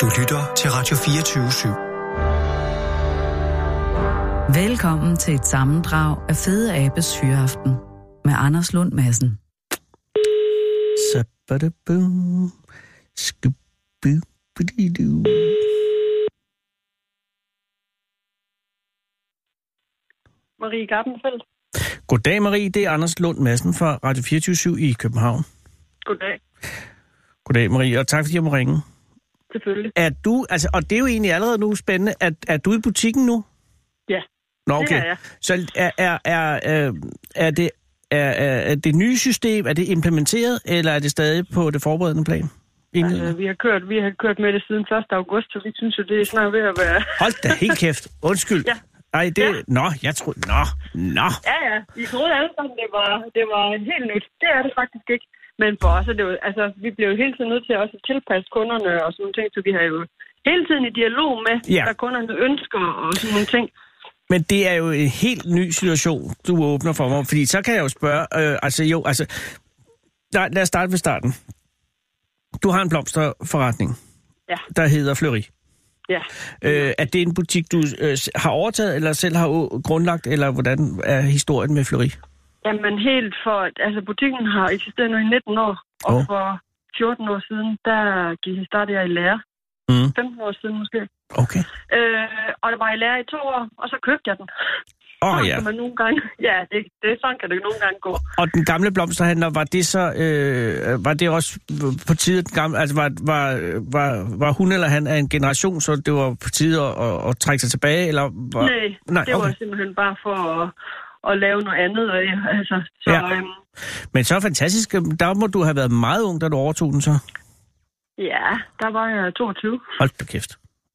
Du lytter til Radio 24 /7. Velkommen til et sammendrag af Fede Abes Hyreaften med Anders Lund Madsen. Marie Gartenfeldt. Goddag Marie, det er Anders Lund Madsen fra Radio 24 i København. Goddag. Goddag Marie, og tak fordi jeg må ringe. Selvfølgelig. Er du, altså, og det er jo egentlig allerede nu spændende, at er, er du i butikken nu? Ja, Nå, okay. det er jeg. Så er, er, er, er, er det, er, er det nye system, er det implementeret, eller er det stadig på det forberedende plan? Indledende? Altså, vi har, kørt, vi har kørt med det siden 1. august, så vi synes jo, det er snart ved at være... Hold da helt kæft. Undskyld. ja. Ej, det... Ja. Nå, jeg troede... Nå, nå. Ja, ja. Vi troede alle sammen, det var, det var helt nyt. Det er det faktisk ikke. Men for os er det jo... Altså, vi bliver jo hele tiden nødt til også at tilpasse kunderne og sådan nogle ting, så vi har jo hele tiden i dialog med, ja. hvad kunderne ønsker og sådan nogle ting. Men det er jo en helt ny situation, du åbner for mig, fordi så kan jeg jo spørge, øh, altså jo, altså, nej, lad os starte ved starten. Du har en blomsterforretning, ja. der hedder Fleury. Ja. Øh, er det en butik, du øh, har overtaget, eller selv har grundlagt, eller hvordan er historien med Fleury? Jamen helt for... Altså butikken har eksisteret nu i 19 år, og oh. for 14 år siden, der gik, startede jeg i lære. Mm. 15 år siden måske. Okay. Øh, og det var i lære i to år, og så købte jeg den. Åh oh, ja. Man nogle gange, ja, det, det, sådan kan det nogle gange gå. Og den gamle blomsterhandler, var det så, øh, var det også på tide, den gamle, altså var, var, var, var hun eller han af en generation, så det var på tide at, at, at trække sig tilbage, eller var... Nej, Nej det okay. var simpelthen bare for at, at lave noget andet, og, altså, så... Ja. Øhm, Men så fantastisk, der må du have været meget ung, da du overtog den så. Ja, der var jeg 22. Hold da kæft.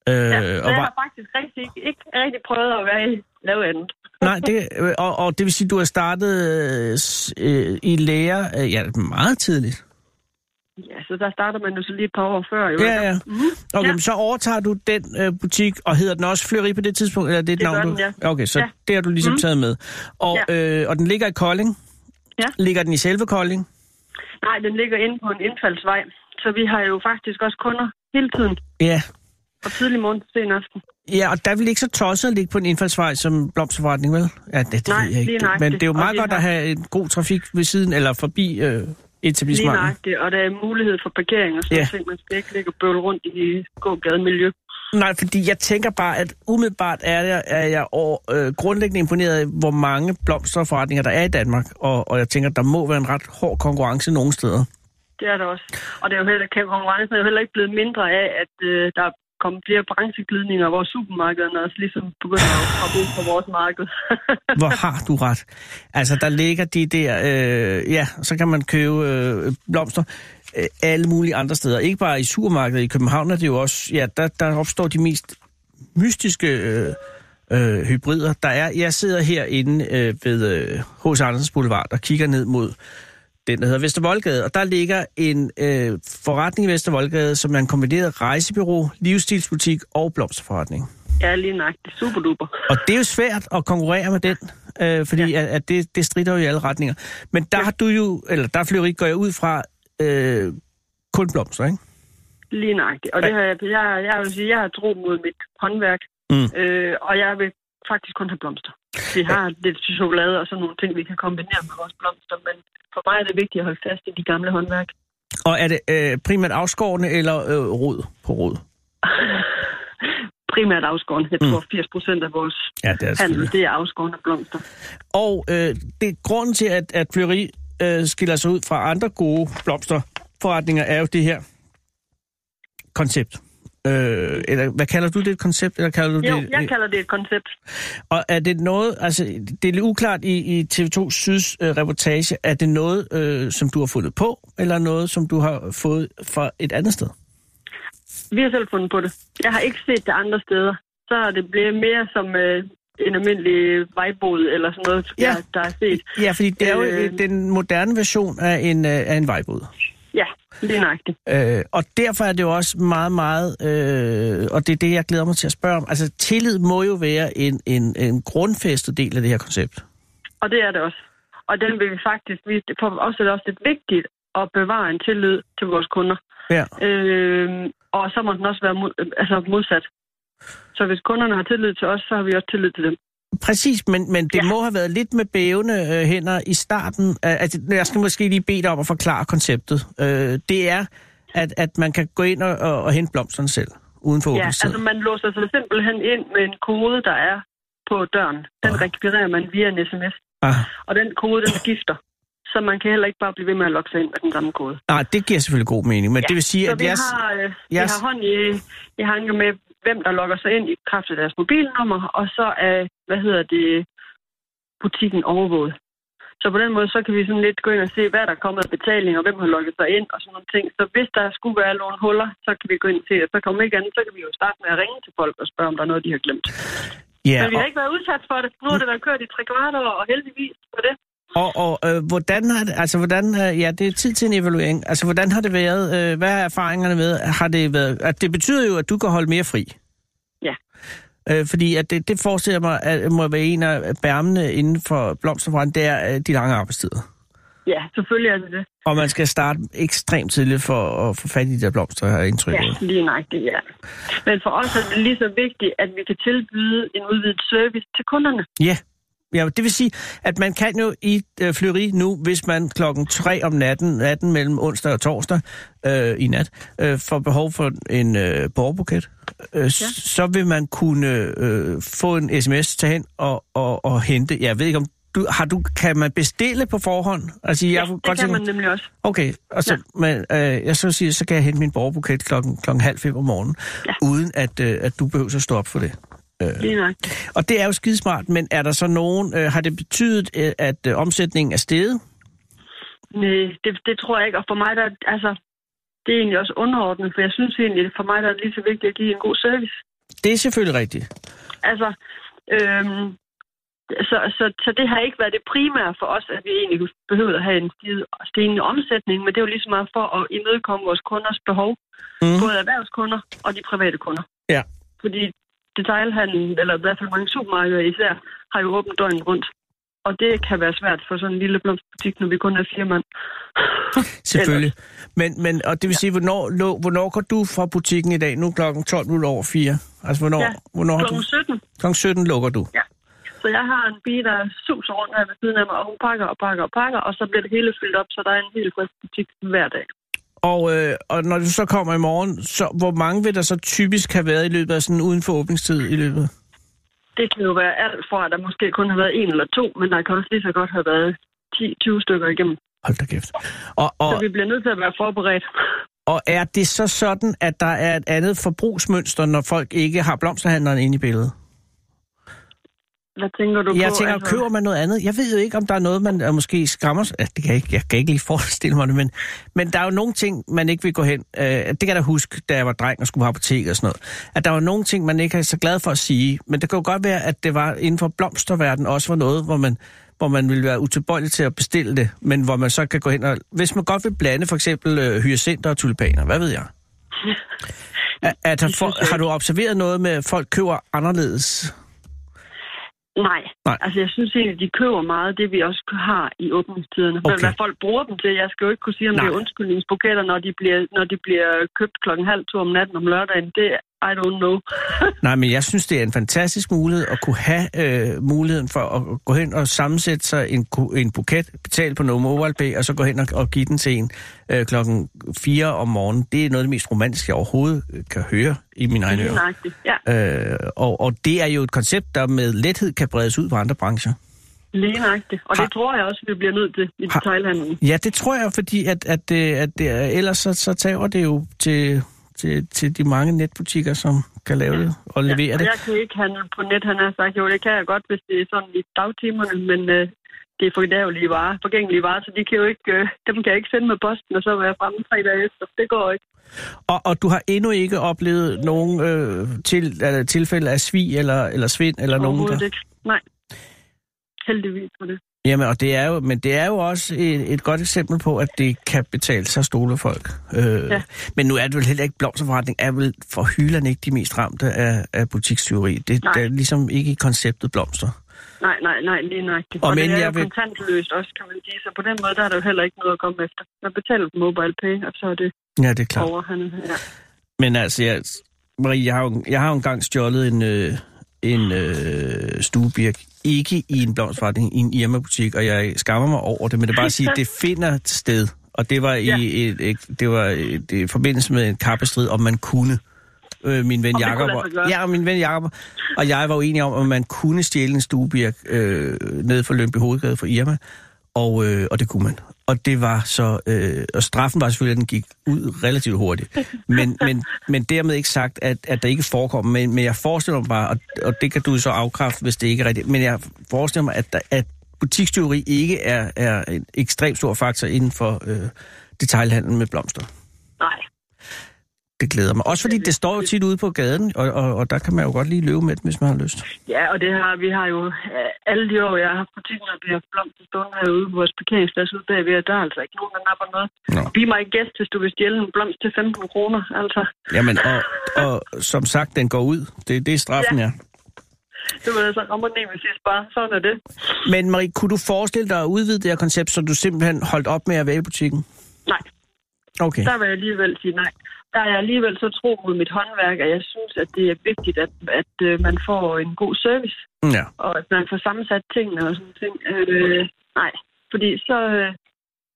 Øh, ja, og jeg var... har faktisk rigtig, ikke rigtig prøvet at være i, lave andet. Nej, det, øh, og, og det vil sige, at du har startet øh, i lære øh, ja, meget tidligt. Ja, så der starter man jo så lige et par år før. Jo. Mhm. Ja, ja. Mm-hmm. Okay, ja. så overtager du den øh, butik, og hedder den også Fleury på det tidspunkt? Eller det er det navn, den, ja. Du... Okay, så ja. det har du ligesom mm-hmm. taget med. Og, ja. øh, og den ligger i Kolding? Ja. Ligger den i selve Kolding? Nej, den ligger inde på en indfaldsvej. Så vi har jo faktisk også kunder hele tiden. Ja. Og tidlig morgen til sen aften. Ja, og der vil ikke så tosset at ligge på en indfaldsvej som blomsterforretning, vel? Ja, det, det Nej, jeg ikke. Lige Men det er jo meget godt har... at have en god trafik ved siden eller forbi øh, etablissementet. Lige nøjagtigt, og der er mulighed for parkering og sådan ja. ting. Man skal ikke ligge og bøvle rundt i gågademiljø. Nej, fordi jeg tænker bare, at umiddelbart er jeg, er jeg over, øh, grundlæggende imponeret af, hvor mange blomsterforretninger der er i Danmark. Og, og jeg tænker, der må være en ret hård konkurrence nogle steder. Det er der også. Og det er jo heller, konkurrencen er jo heller ikke blevet mindre af, at øh, der er kommet flere brancheglidninger, hvor supermarkederne også ligesom begynder at komme ud på vores marked. hvor har du ret. Altså, der ligger de der, øh, ja, så kan man købe øh, blomster øh, alle mulige andre steder. Ikke bare i supermarkedet i København, er det jo også, ja, der, der opstår de mest mystiske øh, øh, hybrider. Der er, jeg sidder herinde øh, ved H.C. Øh, Andersens Boulevard og kigger ned mod den, der hedder Vestervoldgade. Og der ligger en øh, forretning i Vestervoldgade, som er en kombineret rejsebyrå, livsstilsbutik og blomsterforretning. Ja, lige nøjagtigt. Super duper. Og det er jo svært at konkurrere med den, øh, fordi ja. at, at det, det strider jo i alle retninger. Men der ja. har du jo, eller der flyver ikke, går jeg ud fra, øh, kun blomster, ikke? Lige nøjagtigt. Og det har jeg, jeg, jeg vil sige, jeg har tro mod mit håndværk, mm. øh, og jeg vil faktisk kun have blomster. Vi har lidt chokolade og sådan nogle ting, vi kan kombinere med vores blomster, men for mig er det vigtigt at holde fast i de gamle håndværk. Og er det øh, primært afskårende eller øh, rod på rod? primært afskårende. Jeg tror, mm. 80 procent af vores ja, det er handel, det er afskårende blomster. Og øh, det er grunden til, at, at Fleury øh, skiller sig ud fra andre gode blomsterforretninger, er jo det her koncept. Øh, eller hvad kalder du det et koncept? Eller kalder du jo, det, jeg kalder det et koncept. Og er det noget, altså det er lidt uklart i, i TV2 Syds øh, reportage, er det noget, øh, som du har fundet på, eller noget, som du har fået fra et andet sted? Vi har selv fundet på det. Jeg har ikke set det andre steder. Så er det blevet mere som øh, en almindelig vejbod eller sådan noget, ja. jeg, der er set. Ja, fordi det er jo øh, den moderne version af en, øh, af en vejbod. Ja, lige nøjagtigt. Øh, og derfor er det jo også meget, meget, øh, og det er det, jeg glæder mig til at spørge om. Altså, tillid må jo være en, en, en grundfæstet del af det her koncept. Og det er det også. Og den vil vi faktisk, vi, for os er det også lidt vigtigt at bevare en tillid til vores kunder. Ja. Øh, Og så må den også være mod, altså modsat. Så hvis kunderne har tillid til os, så har vi også tillid til dem. Præcis, men, men det ja. må have været lidt med bævende øh, hænder i starten. At, jeg skal måske lige bede dig om at forklare konceptet. Øh, det er, at, at man kan gå ind og, og, og hente blomsterne selv, uden for Ja, altså man låser sig simpelthen ind med en kode, der er på døren. Den oh. rekvirerer man via en sms. Ah. Og den kode, den skifter. Så man kan heller ikke bare blive ved med at logge sig ind med den samme kode. Nej, det giver selvfølgelig god mening, men ja. det vil sige, Så at vi, jeg... har, øh, vi jeres- har hånd i, i hanke med, hvem der logger sig ind i kraft af deres mobilnummer, og så er, hvad hedder det, butikken overvåget. Så på den måde, så kan vi sådan lidt gå ind og se, hvad der er kommet af betaling, og hvem har logget sig ind, og sådan nogle ting. Så hvis der skulle være nogle huller, så kan vi gå ind og se, og så kommer ikke andet, så kan vi jo starte med at ringe til folk og spørge, om der er noget, de har glemt. Ja, ja, Men vi har ikke været udsat for det. Nu har det været kørt i tre kvart år, og heldigvis for det. Og, og øh, hvordan har det, altså hvordan, øh, ja, det er tid til en evaluering. Altså, hvordan har det været, øh, hvad er erfaringerne med, har det været, at det betyder jo, at du kan holde mere fri. Ja. Øh, fordi at det, det forestiller mig, at må være en af bærmene inden for blomsterbrand, det er øh, de lange arbejdstider. Ja, selvfølgelig er det det. Og man skal starte ekstremt tidligt for at få fat i de der blomster, har jeg indtryk af. Ja, lige nøjagtigt, ja. Men for os er det lige så vigtigt, at vi kan tilbyde en udvidet service til kunderne. Ja. ja, det vil sige, at man kan jo i øh, Fleury nu, hvis man klokken 3 om natten, natten mellem onsdag og torsdag øh, i nat, øh, får behov for en øh, borgerbuket, øh, ja. så vil man kunne øh, få en sms til hen og, og, og hente. Jeg ved ikke om du, har du, kan man bestille på forhånd? Altså, jeg Ja, kunne det kan tænke- man nemlig også. Okay, og så, ja. men, øh, jeg så siger, så kan jeg hente min borgerbuket klokken, klokken halv fem om morgenen, ja. uden at, øh, at du behøver at stå op for det. Lige nøjagtigt. Og det er jo skidesmart, men er der så nogen, øh, har det betydet, øh, at øh, omsætningen er steget? Nej, øh, det, det tror jeg ikke. Og for mig, der, altså, det er egentlig også underordnet, for jeg synes egentlig, for mig der er det lige så vigtigt at give en god service. Det er selvfølgelig rigtigt. Altså, øhm, så, så, så det har ikke været det primære for os, at vi egentlig behøvede at have en stigende- stigende omsætning, men det er jo lige så meget for at imødekomme vores kunders behov, Mhm. mm. både erhvervskunder og de private kunder. Ja. Fordi detailhandlen, eller i hvert fald mange supermarkeder især, har jo åbent døgnet rundt. Og det kan være svært for sådan en lille blomsterbutik, når vi kun er fire mand. Selvfølgelig. Men, men, og det vil sige, hvornår, lå, hvornår går du fra butikken i dag? Nu er klokken 12 minutter over 4. Altså, hvornår, Ja, hvornår har du... Klokken 17. Klokken 17 lukker du. Så jeg har en bil, der suser rundt her ved siden af mig, og hun pakker og pakker og pakker, og så bliver det hele fyldt op, så der er en helt frisk butik hver dag. Og, øh, og når du så kommer i morgen, så, hvor mange vil der så typisk have været i løbet af sådan uden for åbningstid i løbet? Det kan jo være alt fra, at der måske kun har været en eller to, men der kan også lige så godt have været 10-20 stykker igennem. Hold da kæft. Og, og, Så vi bliver nødt til at være forberedt. Og er det så sådan, at der er et andet forbrugsmønster, når folk ikke har blomsterhandleren inde i billedet? Hvad tænker du Jeg på? altså? tænker, køber man noget andet? Jeg ved jo ikke, om der er noget, man øh, måske skræmmer sig. Ja, det kan jeg, ikke, jeg kan ikke lige forestille mig det, men, men der er jo nogle ting, man ikke vil gå hen. Øh, det kan jeg da huske, da jeg var dreng og skulle på apotek og sådan noget. At der var nogle ting, man ikke er så glad for at sige. Men det kan jo godt være, at det var inden for blomsterverdenen også var noget, hvor man hvor man vil være utilbøjelig til at bestille det, men hvor man så kan gå hen og... Hvis man godt vil blande for eksempel øh, hyacinter og tulipaner, hvad ved jeg? At, at har, for, har du observeret noget med, at folk køber anderledes? Nej. Nej. Nej. Altså, jeg synes egentlig, de køber meget af det, vi også har i åbningstiderne. Okay. Men Okay. hvad folk bruger dem til, jeg skal jo ikke kunne sige, om Nej. det Nej. er undskyldningsbuketter, når de bliver, når de bliver købt klokken halv to om natten om lørdagen. Det er- I don't know. Nej, men jeg synes, det er en fantastisk mulighed at kunne have øh, muligheden for at gå hen og sammensætte sig en, ku- en buket, betale på noget MobilePay, og så gå hen og, og give den til en øh, klokken 4 om morgenen. Det er noget af det mest romantiske, jeg overhovedet øh, kan høre i min egen øre. Nøjagtigt. Ja, Øh, og, og det er jo et koncept, der med lethed kan bredes ud på andre brancher. lige nøjagtigt. Og det Har- tror jeg også, vi bliver nødt til i Har- detailhandlen. Ja, det tror jeg, fordi at, at, øh, at det, er- ellers så, så tager det jo til, til, til de mange netbutikker, som kan lave det og levere og det. jeg kan ikke handle på net, han har sagt, jo, det kan jeg godt, hvis det er sådan i dagtimerne, men øh, det er forgængelige varer, forgængelige varer, så de kan jo ikke, øh, dem kan jeg ikke sende med posten, og så være fremme tre dage efter. Det går ikke. Og, og du har endnu ikke oplevet nogen øh, til, eller, tilfælde af svig eller, eller svind eller nogen der... Overhovedet ikke. Nej. Heldigvis for det. Jamen, og det er jo, men det er jo også et, et godt eksempel på, at det kan betale sig at stole folk. Øh, ja. Ja. Men nu er det vel heller ikke blomsterforretning, er vel for hylderne ikke de mest ramte af, af butikstyveri. Det, Nej. det er ligesom ikke i konceptet blomster. Nej, nej, nej, lige nøjagtigt. Og Og, og men det er jeg jo vil- kontantløst også, kan man sige. Så på den måde, der er der jo heller ikke noget at komme efter. Man betaler på mobile pay, og så er det Ja, det er klart. over. Han, ja. Men altså, jeg, Marie, jeg har, jo, jeg har jo engang stjålet en, øh, en øh, stuebirk. Ikke i en blomstforretning, i en Irma-butik, og jeg skammer mig over det, men det er bare at sige, at det finder et sted. Og det var i, Ja. et, et, det var et, i forbindelse med en kappestrid, om man kunne. Øh, min ven Om det kunne Jakob lade og, sig gøre. ja, og min ven Jakob og jeg var jo enige om, at man kunne stjæle en stuebirk øh, ned for Lømby Hovedgade fra Irma, og, øh, og det kunne man. Og det var så, øh, og straffen var selvfølgelig, at den gik ud relativt hurtigt. Men, men, men dermed ikke sagt, at, at der ikke forekom, men, men jeg forestiller mig bare, og, og det kan du så afkræfte, hvis det ikke er rigtigt, men jeg forestiller mig, at, der, at butikstyveri ikke er, er en ekstremt stor faktor inden for øh, detailhandlen med blomster. Nej. Det glæder mig. Også fordi det står jo tit ude på gaden, og, og, og der kan man jo godt lige løbe med det, hvis man har lyst. Ja, og det har vi har jo øh, alle de år, jeg har haft butikken, og vi har blomster stående herude på vores parkeringsplads ude bagved, og der er altså ikke nogen, der napper noget. Nå. Be my guest, hvis du vil stjæle en blomst til 15 kroner, altså. Jamen, og, og som sagt, den går ud. Det, det er straffen, ja. ja. Det var altså rammer ned, hvis jeg bare. Sådan er det. Men Marie, kunne du forestille dig at udvide det her koncept, så du simpelthen holdt op med at være i butikken? Nej, Okay. der vil jeg alligevel sige nej. Der er jeg alligevel så tro mod mit håndværk, at jeg synes, at det er vigtigt, at, at øh, man får en god service, Mm, Ja. og at man får sammensat tingene og sådan ting. Øh, nej, fordi så, øh,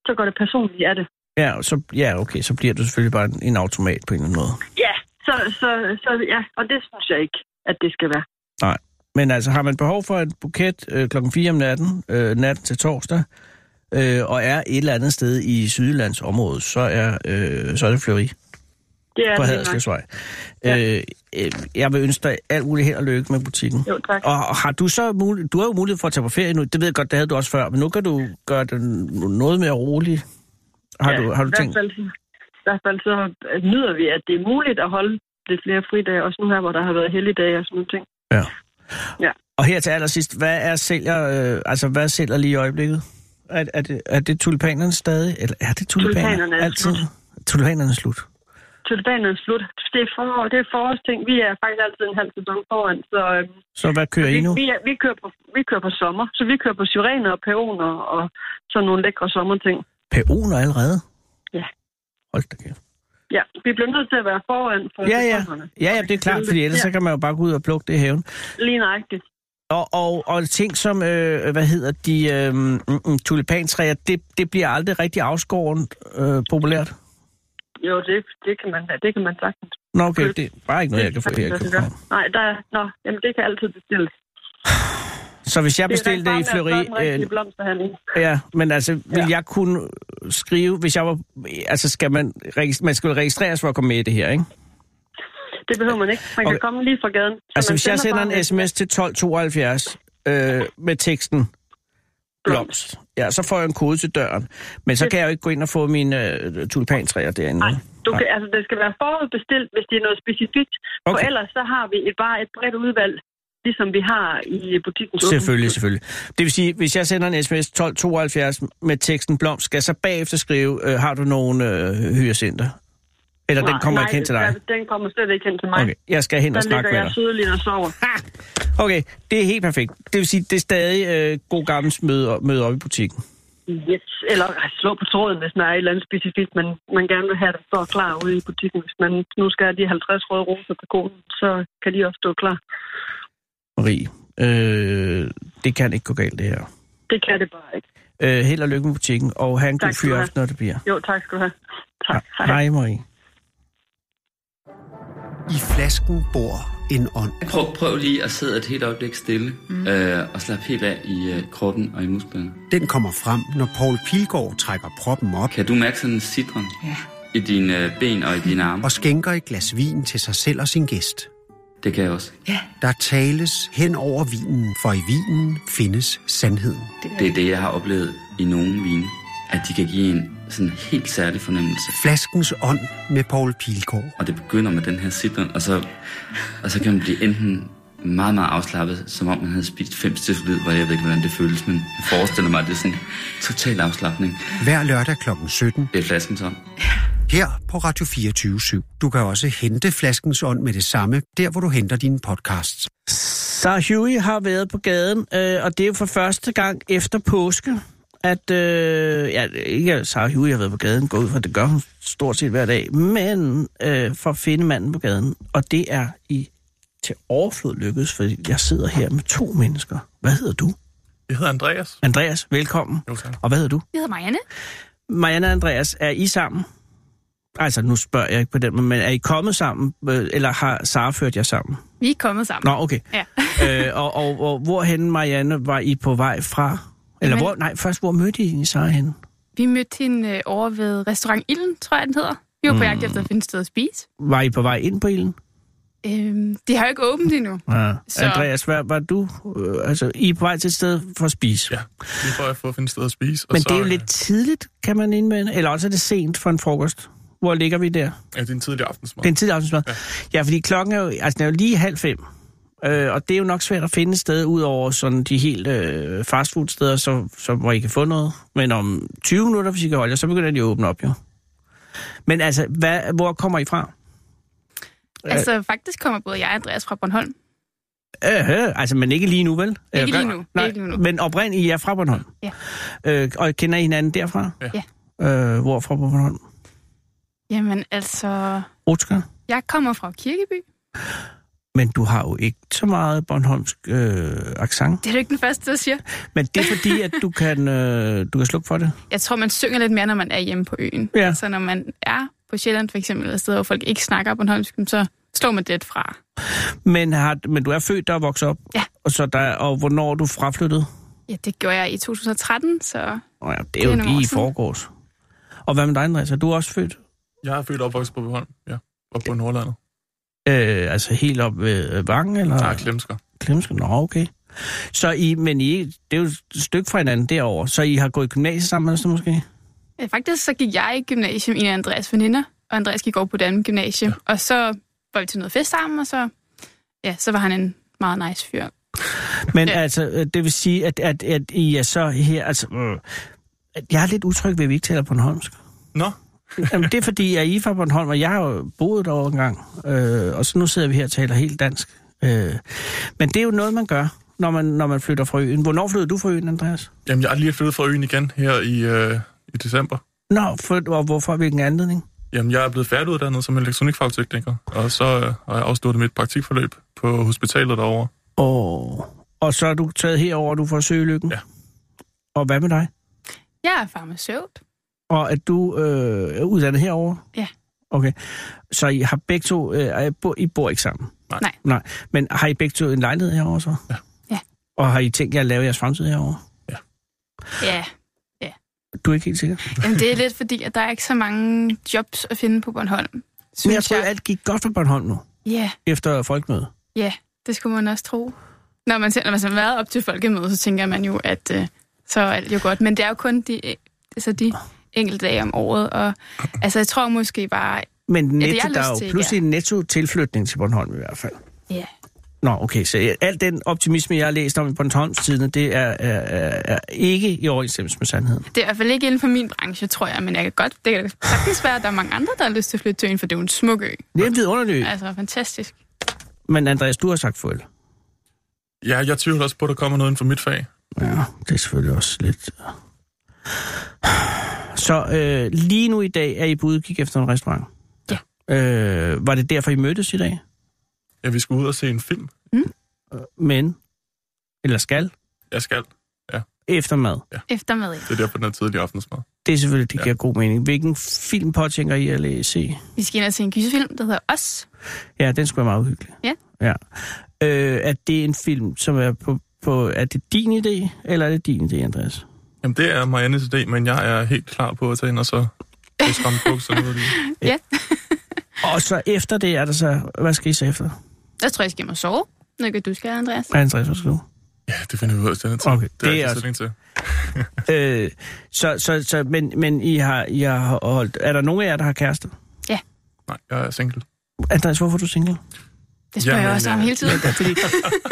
så går det personligt af det. Ja, og så, ja, okay, så bliver du selvfølgelig bare en, en automat på en eller anden måde. Ja, så, så, så ja, og det synes jeg ikke, at det skal være. Nej. Men altså, har man behov for en buket øh, klokken 4 om natten, øh, natten til torsdag, øh, og er et eller andet sted i Sydjyllands område, så er, øh, så er det fløri. Det er på det ikke. Haderslevsvej. Øh, øh, jeg vil ønske dig alt muligt held og lykke med butikken. Jo, tak. Og og har du så mul- du har jo mulighed for at tage på ferie nu. Det ved jeg godt, det havde du også før, men nu kan du gøre det n- noget mere roligt. Har du, har du i hvert tænkt? Fald, I hvert fald så øh, nyder vi, at det er muligt at holde lidt flere fridage, også nu her, hvor der har været helligdage og sådan nogle ting. Ja. Ja. Og her til allersidst, hvad er sælger, øh, altså hvad sælger lige i øjeblikket? Er, er, det, er det tulipanerne stadig? Eller er det tulipaner? Tulipanerne er Altid? slut. Tulipanerne er slut. Tulipanen er slut. Det er, forår, det er forårsting. Vi er faktisk altid en halv sæson foran, så øh, Så hvad kører I vi, nu? vi, er, vi, kører på, vi kører på sommer. Så vi kører på syrener og peoner og sådan nogle lækre sommerting. Peoner allerede? Ja. Hold da kæft. Ja, vi bliver nødt til at være foran for Ja, ja. sæsonerne. Ja, ja, det er klart, fordi ellers så kan man jo bare gå ud og plukke det i haven. Lige nøjagtigt. Og, og, og ting som, øh, hvad hedder de, øh, mm, mm, tulipantræer, det, det bliver aldrig rigtig afskåret øh, populært. Jo, det, det, kan man, det kan man sagtens. Nå, okay, det er bare ikke noget, jeg kan få her i Det- det- København. Nej, der er, nå, jamen, det kan altid bestilles. Så hvis jeg bestilte det i Fleury, Øh... øh, ja, men altså, vil jeg kunne skrive, hvis jeg var, altså skal man, regis- man skal jo registreres for at komme med i det her, ikke? Det behøver man ikke. Man kan Okay. komme lige fra gaden. Så Altså man hvis jeg sender bare en sms til 1272 øh, med teksten blomst, ja, så får jeg en kode til døren. Men så kan jeg jo ikke gå ind og få mine øh, tulipantræer derinde. Nej, du Nej. kan, altså, det skal være forudbestilt, hvis det er noget specifikt. Okay. For Okay. ellers så har vi et, bare et bredt udvalg, ligesom vi har i butikken. Selvfølgelig, selvfølgelig. Det vil sige, hvis jeg sender en sms 1272 med teksten blomst, skal jeg så bagefter skrive, øh, har du nogen øh, hyacenter? Eller den kommer ikke hen til dig? Den kommer slet ikke hen til mig. Okay, jeg skal hen Der og snakke ligger med jeg dig. sødeligt og sover. Okay, det er helt perfekt. Det vil sige, det er stadig øh, god gammels møde, møde op i butikken. Yes. Eller ej, slå på tråden, hvis man er et eller andet specifikt, man, man gerne vil have, der står klar ude i butikken. Hvis man nu skal have de 50 røde roser på konen, så kan de også stå klar. Marie, øh, det kan ikke gå galt, det her. Det kan det bare ikke. Øh, held og lykke med butikken, og have en Tak god skal du have. fyraften, når det bliver. Jo, tak skal du have. Tak. Hej, Hej Marie. I flasken bor en ånd. Prøv, prøv lige at sidde et helt øjeblik stille mm. øh, og slappe helt af i øh, kroppen og i musklerne. Den kommer frem, når Paul Pilgaard trækker proppen op Kan du mærke sådan en sidren Ja. i dine øh, ben og i dine arme? og skænker et glas vin til sig selv og sin gæst. Det kan jeg også. Ja, Der tales hen over vinen, for i vinen findes sandheden. Det er det, jeg har oplevet i nogle vine, at de kan give en sådan helt særlig fornemmelse. Flaskens ånd med Paul Pilgaard. Og det begynder med den her sidren, og så, og så kan man blive enten meget, meget afslappet, som om man havde spist fem stiflid, hvor jeg ved ikke, hvordan det føles, men jeg forestiller mig, at det er sådan en total afslappning. Hver lørdag kl. 17 Det er flaskens ånd. her på Radio 24 Du kan også hente Flaskens ånd med det samme, der hvor du henter dine podcasts. Så Huey har været på gaden, øh, og det er jo for første gang efter påske, at... Øh, ja, ikke at Sarah Huey har været på gaden, gå ud for det gør hun stort set hver dag, men øh, for at finde manden på gaden, og det er i til overflod lykkedes, for jeg sidder her med to mennesker. Hvad hedder du? Jeg hedder Andreas. Andreas, velkommen. Jo, tak. Og hvad hedder du? Jeg hedder Marianne. Marianne og Andreas, er I sammen? Altså, nu spørger jeg ikke på den måde, men er I kommet sammen, øh, eller har Sara ført jer sammen? Vi er kommet sammen. Nå, okay. Ja. øh, og, og, og hvorhen, Marianne, var I på vej fra? Eller Jamen- hvor, nej, først, hvor mødte I egentlig Sara henne? Vi mødte hende øh, over ved restaurant Ilden, tror jeg, den hedder. Vi var på Mm. jagt efter at finde et sted at spise. Var I på vej ind på ilden? Øhm, det har jo ikke åbent endnu. Ja. Så- Andreas, hvad var du? Øh, altså, I er på vej til et sted for at spise. Ja, lige for at få at finde et sted at spise. Men og så, det er jo øh, lidt tidligt, kan man indvende. Eller også er det sent for en frokost. Hvor ligger vi der? Ja, det er en tidlig aftensmad. Det er en tidlig aftensmad. Ja. ja, fordi klokken er jo, altså, den er jo lige halv fem. Øh, og det er jo nok svært at finde et sted, ud over sådan de helt øh, fastfoodsteder, så, så, hvor I kan få noget. Men om 20 minutter, hvis I kan holde jer, så begynder de at åbne op, jo. Men altså, hvad, hvor kommer I fra? Altså, faktisk kommer både jeg og Andreas fra Bornholm. Øh, øh, altså, men ikke lige nu, vel? Ikke lige nu. Nej, Ikke lige nu. Men oprindeligt, I er fra Bornholm? Ja. Øh, og kender I hinanden derfra? Ja. Øh, hvor fra på Bornholm? Jamen, altså... Rutsker? Jeg kommer fra Kirkeby. Men du har jo ikke så meget Bornholmsk øh, accent. Det er du ikke den første, der siger. Men det er fordi, at du kan, øh, du kan slukke for det. Jeg tror, man synger lidt mere, når man er hjemme på øen. Ja. Så når man er på Sjælland, for eksempel, eller steder, hvor folk ikke snakker Bornholmsk, så slår man det lidt fra. Men, har, men du er født der og vokset op? Ja. Og, så der, og hvornår er du fraflyttet? Ja, det gjorde jeg i 2013, så Oh, ja, det Det er er jo nogle lige år i siden. forgårs. Og hvad med dig, Andreas? Er du også født? Jeg er født og opvokset på Beholm, ja. Og på Nordlandet. Øh, altså helt op ved øh, Vangen? Eller? Jeg er klemsker. Klemske? Nå, okay. Så I, men I, det er jo et stykke fra hinanden derovre, så I har gået i gymnasiet sammen eller sådan noget måske? Ja, Øh, faktisk så gik jeg i gymnasium en af Andreas veninder, og Andreas gik over på et andet gymnasie. Ja. Og så var vi til noget fest sammen, og så, ja, så var han en meget nice fyr. Men ja. Ja. altså, øh, det vil sige, at, at, at I er så her, altså... Øh, at jeg er lidt utryg ved, at vi ikke taler Bornholmsk. Nå, Jamen, det er fordi, jeg er fra Bornholm, og jeg har jo boet derovre engang. Øh, og så nu sidder vi her og taler helt dansk. Øh, men det er jo noget, man gør, når man, når man flytter fra øen. Hvornår flyttede du fra øen, Andreas? jamen jeg er lige flyttet fra øen igen her i, øh, i december. Nå, for, og hvorfor? Hvilken anledning? Jamen, jeg er blevet færdiguddannet som elektronikfagtekniker, og så øh, har jeg afsluttet mit praktikforløb på hospitalet derovre. Og, og så er du taget herover, og du får søgelykken? Ja. Og hvad med dig? Jeg er farmaceut. Og at du øh, er uddannet herover? Ja. Okay. Så I har begge to... Øh, er I bor- I bor ikke sammen? Nej. Nej. Nej. Men har I begge to en lejlighed herover så? Ja. Ja. Og har I tænkt jer at lave jeres fremtid herover? Ja, Du er ikke helt sikker? Jamen, det er lidt fordi, at der er ikke så mange jobs at finde på Bornholm. Men jeg Synes tror, jeg. alt gik godt for Bornholm nu, Ja, efter folkemødet. det skulle man også tro. Når man, selv- når man så har været op til folkemødet, så tænker man jo, at øh, så er alt jo godt. Men det er jo kun de, øh, altså de enkelte dage om året. Og, altså, jeg tror måske bare... Men det har netto, jeg der er lyst jo til, ja. pludselig en netto tilflytning til Bornholm i hvert fald. Ja. Nå, okay, så al den optimisme, jeg har læst om i Bornholmstidene, det er, er, er, er ikke i overensstemmelse med sandheden. Det er i hvert fald ikke inden for min branche, tror jeg, men jeg kan godt, det kan faktisk være, at der er mange andre, der har lyst til at flytte til øen, for det er jo en smuk ø. Det er en vidunderlig, ja. Altså, fantastisk. men Andreas, du har sagt fuld. Ja, jeg tvivler også på, at der kommer noget inden for mit fag. Ja, det er selvfølgelig også lidt... Så øh, lige nu i dag er I på udkig efter en restaurant? Ja. Øh, var det derfor, I mødtes i dag? Øh, Ja, vi skal ud og se en film. Men, eller skal, Jeg skal. efter mad. Eftermad, ja. Det er derfor, den er tidlig aftensmad. Det er selvfølgelig, det Ja. giver god mening. Hvilken film påtænker I at læ- se? Vi skal ind og se en gyserfilm, der hedder Os. Ja, den skulle være meget uhyggelig. Ja. ja. Øh, er det en film, som er på, på... Er det din idé, eller er det din idé, Andreas? Jamen, det er Mariannes idé, men jeg er helt klar på at tage ind og så så skræmme bukserne ud af lige. Og så efter det er der så... Hvad skal I så efter? Der tror jeg, jeg skal hjem og sove. Nu kan du skal, Andreas. Ja, Andreas, hvad skal du? Ja, det finder vi ud af til. Okay, Det er det jeg altså- er altså, ikke stilling til. Øh, så, så, så, men, men I har, I har holdt... Er der nogen af jer, der har kærester? Nej, jeg er single. Andreas, hvorfor er du single? Det spørger Jamen, jeg også om øh, hele tiden. Ja, fordi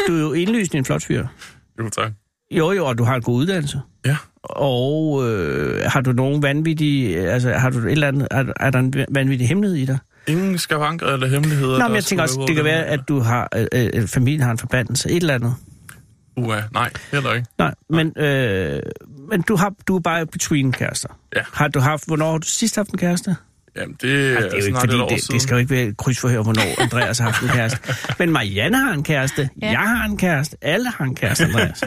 du er jo indlysende en flot fyr. Jo, tak. Jo, jo, og du har en god uddannelse. Ja. Og øh, har du nogen vanvittige... Altså, har du et eller andet... Er, er der en vanvittig hemmelighed i dig? Ingen skavanker eller hemmeligheder. Nå, der men jeg skulle tænker være også, ude det kan over være, den her. at du har, øh, øh, familien har en forbandelse, et eller andet. Uha, nej, heller ikke. Nej, men, øh, men du, har, du er bare between kærester. Ja. Har du haft, hvornår har du sidst haft en kæreste? Jamen, det, Altså, det er jo ikke, snart et år fordi det, siden. det skal jo ikke være et krydsforhør, hvornår Andreas har haft en kæreste. Men Marianne har en kæreste, ja. Ja. jeg har en kæreste, alle har en kæreste, Andreas.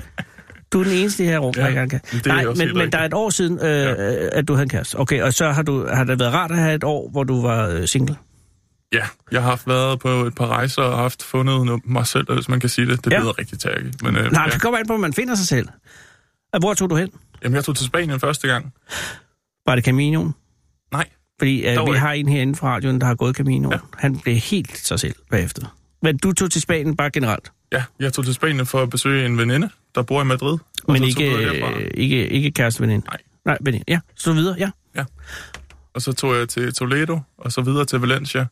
Du er den eneste i her rum, der Ja, ikke har en men kæreste. det er Nej, også men, helt men rigtigt. der er et år siden, øh, ja. at du havde en kæreste. Okay, og så har, du, har det været rart at have et år, hvor du var øh, single. Ja, jeg har haft været på et par rejser og haft fundet no- mig selv, hvis man kan sige det. Det Ja. ja. lyder rigtig tærkeligt. Men øh, Nej, ja. det kommer an på, at man finder sig selv. Og Hvor tog du hen? Jamen, jeg tog til Spanien første gang. Var det Caminoen? Nej, Fordi øh, Dog vi ikke. har en herinde fra radioen, der har gået Caminoen. Ja. Ja. Han blev helt sig selv bagefter. Men du tog til Spanien bare generelt, ja, jeg tog til Spanien for at besøge en veninde, der bor i Madrid. Og men så tog ikke, jeg derfra. øh, ikke, ikke kæresteveninde? Nej. Nej, veninde. Ja, så videre, ja. Og så tog jeg til Toledo, og så videre til Valencia.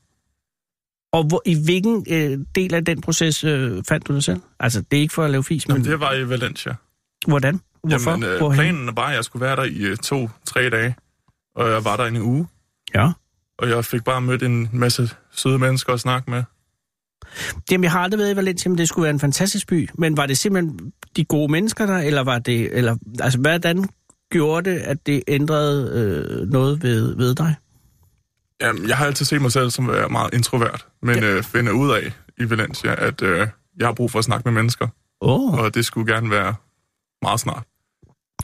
Og hvor, i hvilken øh, del af den proces øh, fandt du dig selv? Altså, det er ikke for at lave fis, men Jamen, det var i Valencia. hvordan? Hvorfor? Jamen, øh, Hvorhen? planen var, at jeg skulle være der i øh, to-tre dage, og jeg var der i en uge. Ja. Og jeg fik bare mødt en masse søde mennesker at snakke med. Jamen, jeg har aldrig været i Valencia, men det skulle være en fantastisk by. Men var det simpelthen de gode mennesker der, eller var det... Eller, altså, hvordan gjorde det, at det ændrede øh, noget ved, ved dig? Jamen, jeg har altid set mig selv som være meget introvert, men ja. øh, finder ud af i Valencia, at øh, jeg har brug for at snakke med mennesker, Åh. Oh. og det skulle gerne være meget snart.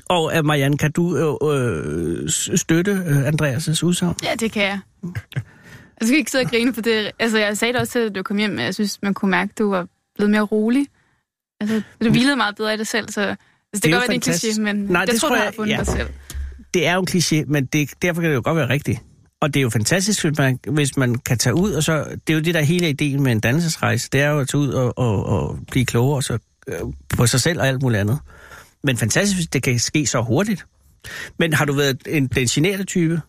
Og øh, Marianne, kan du øh, øh, s- støtte øh, Andreas' udsagn? Ja, det kan jeg. Jeg skal ikke sidde og grine, for det... Altså, jeg sagde det også til, dig, da du kom hjem, at jeg synes, man kunne mærke, at du var blevet mere rolig. Altså, du hvilede meget bedre i dig selv, så... Altså, det, Mm. er kan jo godt være, det er en fantastisk. kliché, men Nej, jeg det tror, tror du jeg- har fundet ja. dig selv. Det er jo en kliché, men det, derfor kan det jo godt være rigtigt. Og det er jo fantastisk, hvis man, hvis man kan tage ud, og så... Det er jo det, der er hele ideen med en dannelsesrejse. Det er jo at tage ud og, og, og blive klogere og så, øh, på sig selv og alt muligt andet. Men fantastisk, hvis det kan ske så hurtigt. Men har du været en, den generte type?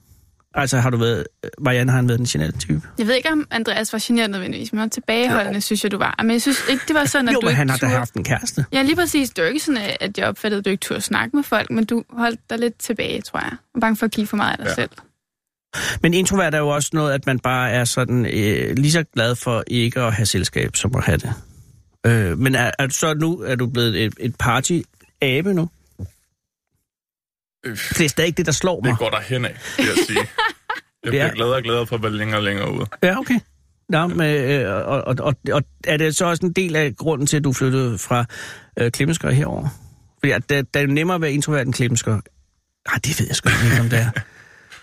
Altså har du været... Marianne, har han været den generte type? Jeg ved ikke, om Andreas var generet nødvendigvis, men tilbageholdende, jo. synes jeg, du var. Men jeg synes ikke, det var sådan, at jo, du men ikke han har da turde- haft en kæreste. Ja, lige præcis. Det var ikke sådan, at jeg opfattede, at du ikke turde snakke med folk, men du holdt dig lidt tilbage, tror jeg. Og bange for at give for meget af dig ja. Ja. selv. Men introvert er jo også noget, at man bare er sådan øh, lige så glad for ikke at have selskab, som at have det. Øh, men er, er du så nu er du blevet et, et party-abe nu? Øh, Det er stadig ikke det, der slår mig. det går der hen af, vil jeg sige. Ja. Jeg bliver gladere og gladere for at være længere og længere ude. Ja, okay. Nå, men, øh, og, og, og, og er det så også en del af grunden til, at du flyttede fra øh, Klemmenskør herover? Fordi at det, det er jo nemmere at være introvert end Klemmenskør. Nej, det ved jeg sgu ikke, om det er.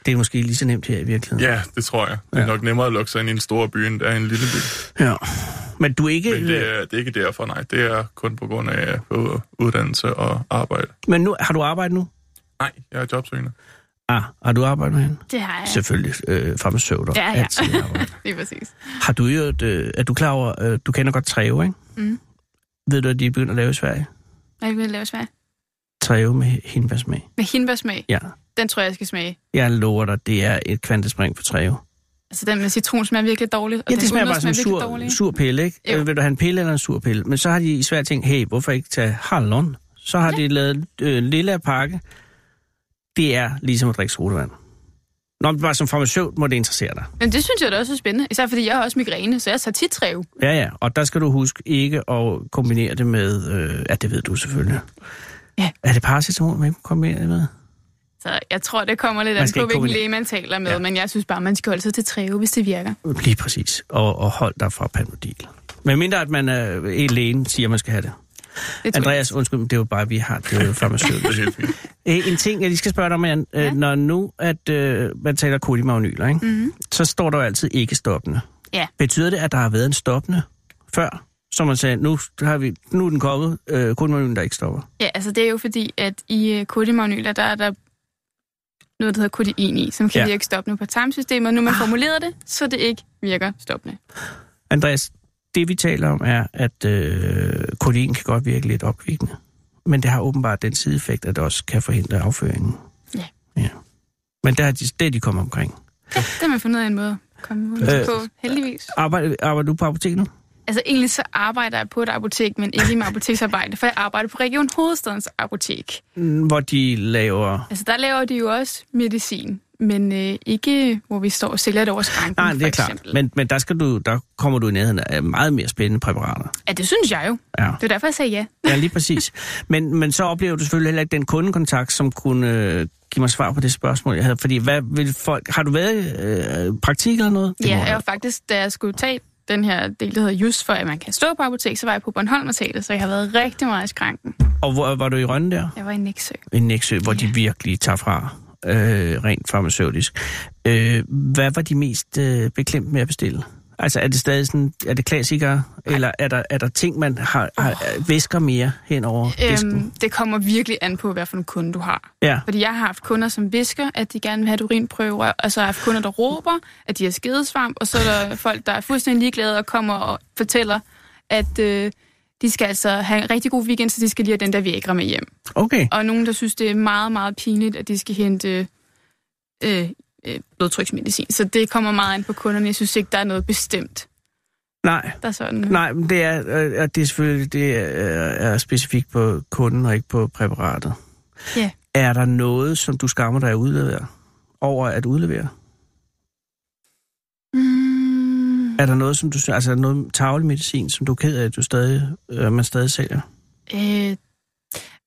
Det er måske lige så nemt her i virkeligheden. Ja, det tror jeg. Det er Ja. ja. nok nemmere at lukke sig ind i en stor by, end det er i en lille by. ja. Men du er ikke... Men det er, det er ikke derfor, nej. Det er kun på grund af øh, uddannelse og arbejde. men nu, har du arbejde nu? Nej, jeg er jobsøgende. Ah, har du arbejde med hende? Det har jeg. Selvfølgelig øh, farmaceuter. Ja, ja. Altid arbejde. Lige præcis. har du jo et, øh, er du klar over, øh, du kender godt Treve, ikke? Mm. Ved du, at de er begyndt at lave i Sverige? Og jeg vil lave smag. Treve med hindbærsmag. Med hindbærsmag, Ja. den tror jeg, jeg skal smage. Jeg lover dig, det er et kvantespring for Treve. Altså den med citron smager virkelig dårligt. Og Ja, den det smager uden bare som en virkelig sur, dårligt. sur pille, ikke? Jo. Øh, vil du have en pille eller en sur pille? Men så har de i Sverige tænkt, hey, hvorfor ikke tage hallon? Så har ja. de lavet øh, lille pakke. Det er ligesom at drikke sodavand. Nå, men bare som farmaceut må det interessere dig. Men det synes jeg da også er spændende. Især fordi jeg har også migræne, så jeg tager tit træve. Ja, ja, og der skal du huske ikke at kombinere det med, øh, ja, det ved du selvfølgelig. Ja. Er det paracetamol, man ikke kombinerer det med? Så jeg tror, det kommer lidt Man an skal på, ikke hvilken kombinere. læge man taler med. Ja. Ja. Men jeg synes bare, man skal holde sig til træve, hvis det virker. Lige præcis, og, og hold dig fra panodil. Men mindre, at man er en lægen, siger, man skal have det. Det tror jeg. Andreas, undskyld, men det er jo bare, vi har det jo farmaceut. Det er helt fint. Øh, En ting, jeg lige skal spørge dig om, Jan. Ja. Når nu, at øh, man taler kodimagnyler, ikke? Mm-hmm. så står der jo altid ikke stoppende. Mhm. Ja. Betyder det, at der har været en stoppende før? Som man sagde, nu, har vi, nu er den kommet, øh, kodimagnylen, der ikke stopper. Ja, altså det er jo fordi, at i kodimagnyler, der er der noget, der hedder kodein i, som kan Ja. Ah. ja. virke stoppende på tarmsystemet. Og nu har man formuleret det, så det ikke virker stoppende. Andreas, det vi taler om er, at øh, kodein kan godt virke lidt opkvikkende. Men det har åbenbart den sideeffekt, at det også kan forhindre afføringen. Ja. ja. Men der er de, det er de kommet omkring. Ja, det har man fundet ud af en måde at komme ud Øh. på, heldigvis. Arbejder, arbejder du på apoteket? Altså egentlig så arbejder jeg på et apotek, men ikke med apoteksarbejde, for jeg arbejder på Region Hovedstadens Apotek. Mm, Hvor de laver... Altså der laver de jo også medicin. men øh, ikke hvor vi står og sælger det over skranken, Nej, det er for klart. eksempel. Men, men der, skal du, der kommer du i nærheden af meget mere spændende præparater. Ja, det synes jeg jo. Ja. Det er derfor, jeg sagde ja. Ja, lige præcis. Men, men så oplever du selvfølgelig heller ikke den kundekontakt, som kunne øh, give mig svar på det spørgsmål, jeg havde. Fordi hvad vil folk... Har du været i øh, praktik eller noget? Det Ja, må- jeg var faktisk, da jeg skulle tage den her del, der hedder Just, for at man kan stå på apotek, så var jeg på Bornholm og tage det, så jeg har været rigtig meget i skranken. Og hvor var du i Rønne der? Jeg var i Nexø. I Nexø, hvor de virkelig tager fra øh, rent farmaceutisk. Øh, hvad var de mest øh, beklemt med at bestille? Altså, er det stadig sådan, er det klassikere, eller er der, er der ting, man har, har væsker mere hen over disken? Øhm, det kommer virkelig an på, hvad for en kunde du har. Ja, Fordi jeg har haft kunder, som visker, at de gerne vil have et urinprøver, og så har jeg haft kunder, der råber, at de har skedesvamp, og så er der folk, der er fuldstændig ligeglade og kommer og fortæller, at øh, de skal altså have en rigtig god weekend, så de skal lige have den der Viagra med hjem. okay. Og nogen, der synes, det er meget, meget pinligt, at de skal hente øh, øh, blodtryksmedicin. Så det kommer meget an på kunderne. Jeg synes ikke, der er noget bestemt, Nej, der er sådan. Nej, men det er, øh, at det er selvfølgelig det er, øh, er specifikt på kunden og ikke på præparatet. Ja. Er der noget, som du skammer dig at udlevere, over at udlevere? Mm, Er der noget, som du sy- altså noget tavlemedicin, som du er ked af, at du stadig, øh, man stadig sælger? øh,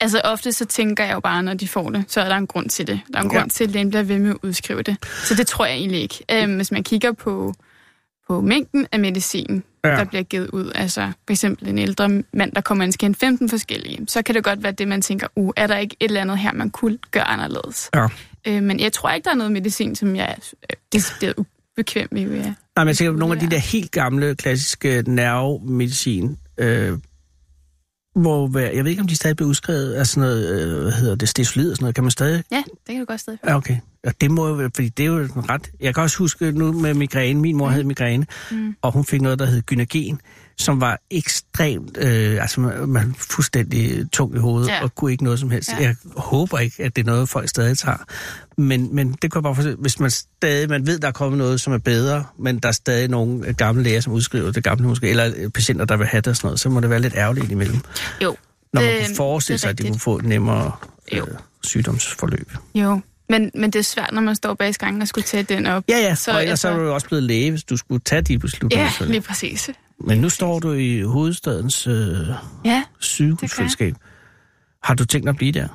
altså ofte så tænker jeg jo bare, når de får det, så er der en grund til det. Der er en Ja. ja. grund til, at lægen bliver ved med at udskrive det. Så det tror jeg egentlig ikke. Øh, hvis man kigger på, på mængden af medicin, ja. der bliver givet ud. Altså for eksempel en ældre mand, der kommer ind og skal hente 15 forskellige. Så kan det godt være det, man tænker, uh, er der ikke et eller andet her, man kunne gøre anderledes? Ja. Øh, men jeg tror ikke, der er noget medicin, som jeg er øh, decideret ubekvem med. Ja. Nej, men jeg tænker på nogle af de der helt gamle, klassiske nervemedicin, øh, hvor, hver- jeg ved ikke, om de stadig bliver udskrevet af sådan noget, øh, hvad hedder det, stesolid og sådan noget. Kan man stadig ja, det kan du godt stadig. Ja, okay. Og det må jo være, fordi det er jo sådan ret... Jeg kan også huske nu med migræne. Min mor havde migræne, mm. og hun fik noget, der hed gynagen, som var ekstremt... Øh, altså, man, man var fuldstændig tung i hovedet ja. Ja. og kunne ikke noget som helst. Ja. Ja. Jeg håber ikke, at det er noget, folk stadig tager. Men, men det kan jeg bare forstå. Hvis man stadig... Man ved, der er kommet noget, som er bedre, men der er stadig nogle gamle læger, som udskriver det gamle måske, eller øh, patienter, der vil have det og sådan noget, så må det være lidt ærgerligt imellem. Jo. Når man Øh, kunne forestille det er sig, at de rigtigt. kunne få et nemmere øh, Jo. sygdomsforløb. Jo. Men, men det er svært, når man står bag skranken og skulle tage den op. Ja, ja, så, og ellers altså- så var du jo også blevet læge, hvis du skulle tage de beslutninger. Ja, selvfølgelig. lige præcis. Men nu står du i hovedstadens øh, Ja, sygehusfællesskab. Har du tænkt dig at blive der?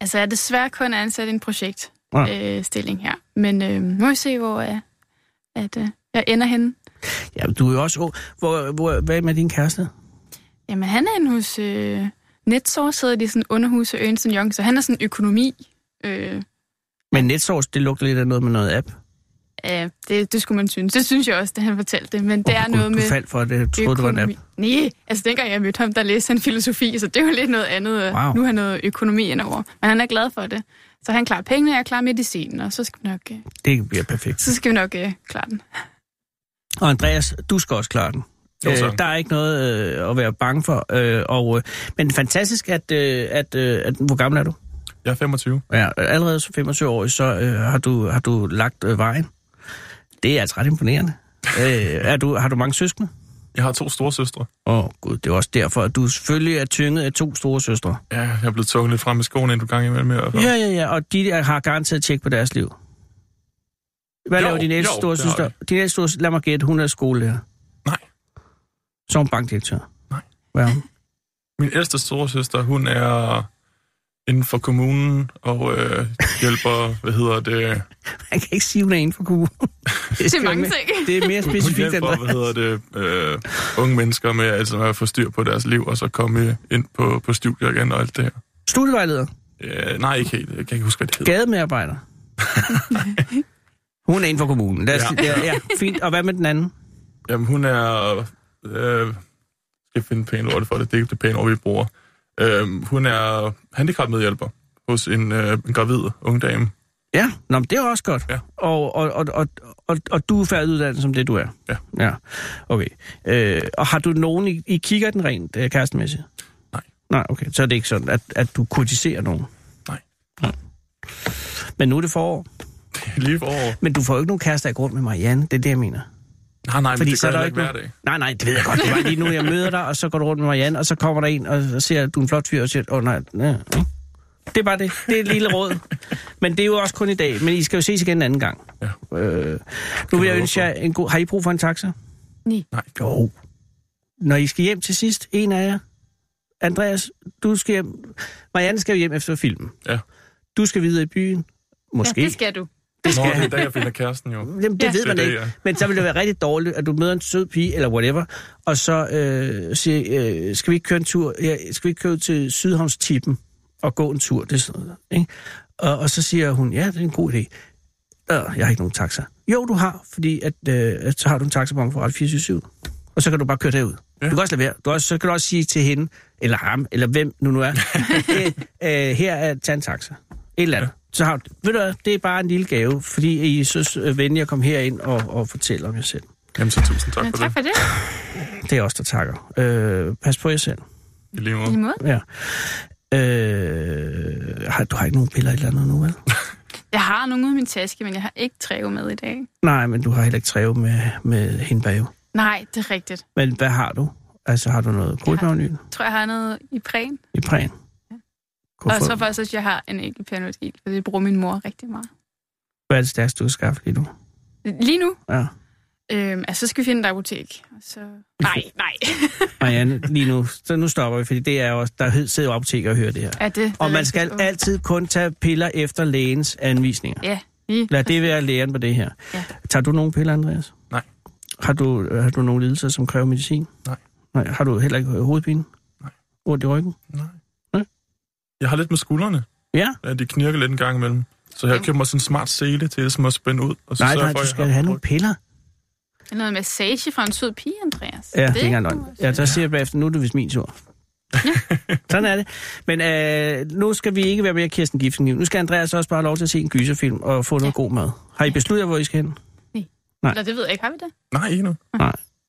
altså jeg er desværre kun ansat i en projektstilling Ja. ja. øh, stilling her. Men øh, må vi se, hvor jeg, at, øh, jeg ender henne. Ja, du er jo også... Oh, hvor, hvor, hvad med din kæreste? Jamen, han er en hos øh, Netsår, sidder de i sådan underhus og Ernst Young, så han er sådan økonomi. Øh, Men netsovs, det lugter lidt af noget med noget app. ja, det, det skulle man synes. Det synes jeg også, da han fortalte det. Men det Åh, er Gud, noget du med faldt for det. Jeg troede, det var en app. Nej, altså dengang jeg mødte ham, der læste han filosofi, så det var lidt noget andet. og Wow. Nu har han noget økonomi indover. Men han er glad for det. Så han klarer pengene, og jeg klarer medicinen, og så skal vi nok, øh, Det bliver perfekt. så skal vi nok øh, klare den. Og Andreas, du skal også klare den. Jo, Øh, så. der er ikke noget øh, at være bange for. Øh, og, øh, men fantastisk, at, øh, at, øh, at... Hvor gammel er du? Jeg er 25. Ja, allerede som 25 år, så øh, har, du, har du lagt øh, vejen. Det er altså ret imponerende. øh, er du, har du mange søskende? Jeg har to store søstre. Åh oh, gud, det er også derfor, at du selvfølgelig er tynget af to store søstre. Ja, jeg er blevet tunget lidt frem i skoene, inden du gang imellem. i hvert fald. Ja, ja, ja, og de er- har garanteret tjek på deres liv. Hvad Jo, laver din ældste jo, store det har søster? Din ældste store, lad mig gætte, hun er skolelærer. Nej. Så er hun bankdirektør. Nej. Hvad er hun? Min ældste store søster, hun er inden for kommunen og øh, hjælper, hvad hedder det, Jeg kan ikke sige, hun er inden for kommunen. Det, Det skal er mange med. ting. Det er mere hun specifikt, end hjælper, hvad hedder det, øh, unge mennesker med altså, at få styr på deres liv, og så komme ind på, på studier igen og alt det her. Studievejleder. Øh, nej, ikke helt. Jeg kan ikke huske, hvad det hedder. Gademedarbejder. hun er inden for kommunen. Lad os, Ja. ja. Ja, ja, fint. Og hvad med den anden? Jamen, hun er... Øh, skal finde et pænt ord for det. Det er ikke det pæne ord, vi bruger. Øh, hun er handicapmedhjælper hos en, øh, en gravid ung dame. Ja, Nå, men det er også godt. Ja. Og, og, og, og, og, og du er færdiguddannet som det, du er? Ja. ja. Okay. Øh, og har du nogen i, i kigger den rent øh, kærestemæssigt? Nej. Nej, okay. Så er det ikke sådan, at, at du kritiserer nogen? Nej. Nej. Men nu er det forår. Lige over. Men du får jo ikke nogen kærester i grund med Marianne. Det er det, jeg mener. Nej, nej, men Fordi det så gør er der jeg ikke ikke hver dag. Nej, nej, det ved jeg godt. Det var lige nu, jeg møder dig, og så går du rundt med Marianne, og så kommer der en og så ser, at du er en flot fyr, og siger, åh oh, nej, nej, ikke? Det er bare det. Det er et lille råd. Men det er jo også kun i dag. Men I skal jo ses igen en anden gang. Ja. Øh, nu vil jeg ønske jer en god... Har I brug for en taxa? Nej. Nej. Jo. Når I skal hjem til sidst, en af jer. Andreas, du skal hjem. Marianne skal jo hjem efter filmen. Ja. Du skal videre i byen. Måske. Ja, det skal du. Det skal Nå, det han. er da, jeg finder kæresten jo. Jamen, det ja. Ja. ved man Det er ikke. det, ja. Men så ville det være rigtig dårligt, at du møder en sød pige, eller whatever, og så øh, siger, øh, skal vi ikke køre en tur, ja, skal vi ikke køre ud til Sydhavnstippen og gå en tur, det er sådan noget, ikke? Og, og så siger hun, ja, det er en god idé. Øh, jeg har ikke nogen taxa. Jo, du har, fordi at, øh, at så har du en taxabon for 477, og så kan du bare køre derud. Ja. Du Ja. kan også lade være. Du kan også, så kan du også sige til hende, eller ham, eller hvem nu nu er, øh, øh, her er tag en taxa. Et eller andet. Så har, du- ved du hvad, det er bare en lille gave, fordi I er så øh, venlige at komme herind og, og fortælle om jer selv. Jamen så tusind tak Ja, for tak det. for det. Det er os, der takker. Øh, pas på jer selv. I lige I måde. lige måde. Ja. Øh, har, du har ikke nogen piller eller andet nu, vel? Jeg har nogen ude i min taske, men jeg har ikke træve med i dag. Nej, men du har heller ikke træve med, med hende bag. Nej, det er rigtigt. Men hvad har du? Altså, har du noget kodmagnyl Jeg tror, jeg har noget i præn. i præn? Og jeg Hvorfor? tror faktisk, at jeg har en æggepanodil, for det bruger min mor rigtig meget. Hvad er det stærkeste, du kan skaffe lige nu? Lige nu, Ja. øhm, altså, så skal vi finde et apotek. Og Så... Nej, nej. Marianne, lige nu, så nu stopper vi, fordi det er også, der hed- sidder jo apoteker og hører det her. Ja, det, det er Og man rigtig skal dumt. altid kun tage piller efter lægens anvisninger. Ja, lige. Lad det være lægen på det her. Ja. Tager du nogen piller, Andreas? Nej. Har du, øh, har du nogen lidelser, som kræver medicin? Nej. Nej. Har du heller ikke hovedpine? Nej. Ondt i ryggen? Nej. Ja. Jeg har lidt med skuldrene. Ja. Ja, de knirker lidt en gang imellem. Så jeg køber mig sådan en smart sele til ligesom at spænde ud. Og så Nej, nej, sørger for, at du jeg skal har have noget nogle piller. Noget massage fra en sød pige, Andreas. Ja, det er ikke kunne løgn. man- Ja, der siger jeg bagefter, nu er det vist min tur. Sådan er det. Men øh, nu skal vi ikke være mere Kirsten Giftenkniv. Nu skal Andreas også bare have lov til at se en gyserfilm og få noget god mad. Har I besluttet, hvor I skal hen? nej. Eller det ved jeg ikke. Har vi det? prøv- Nej, ikke nu.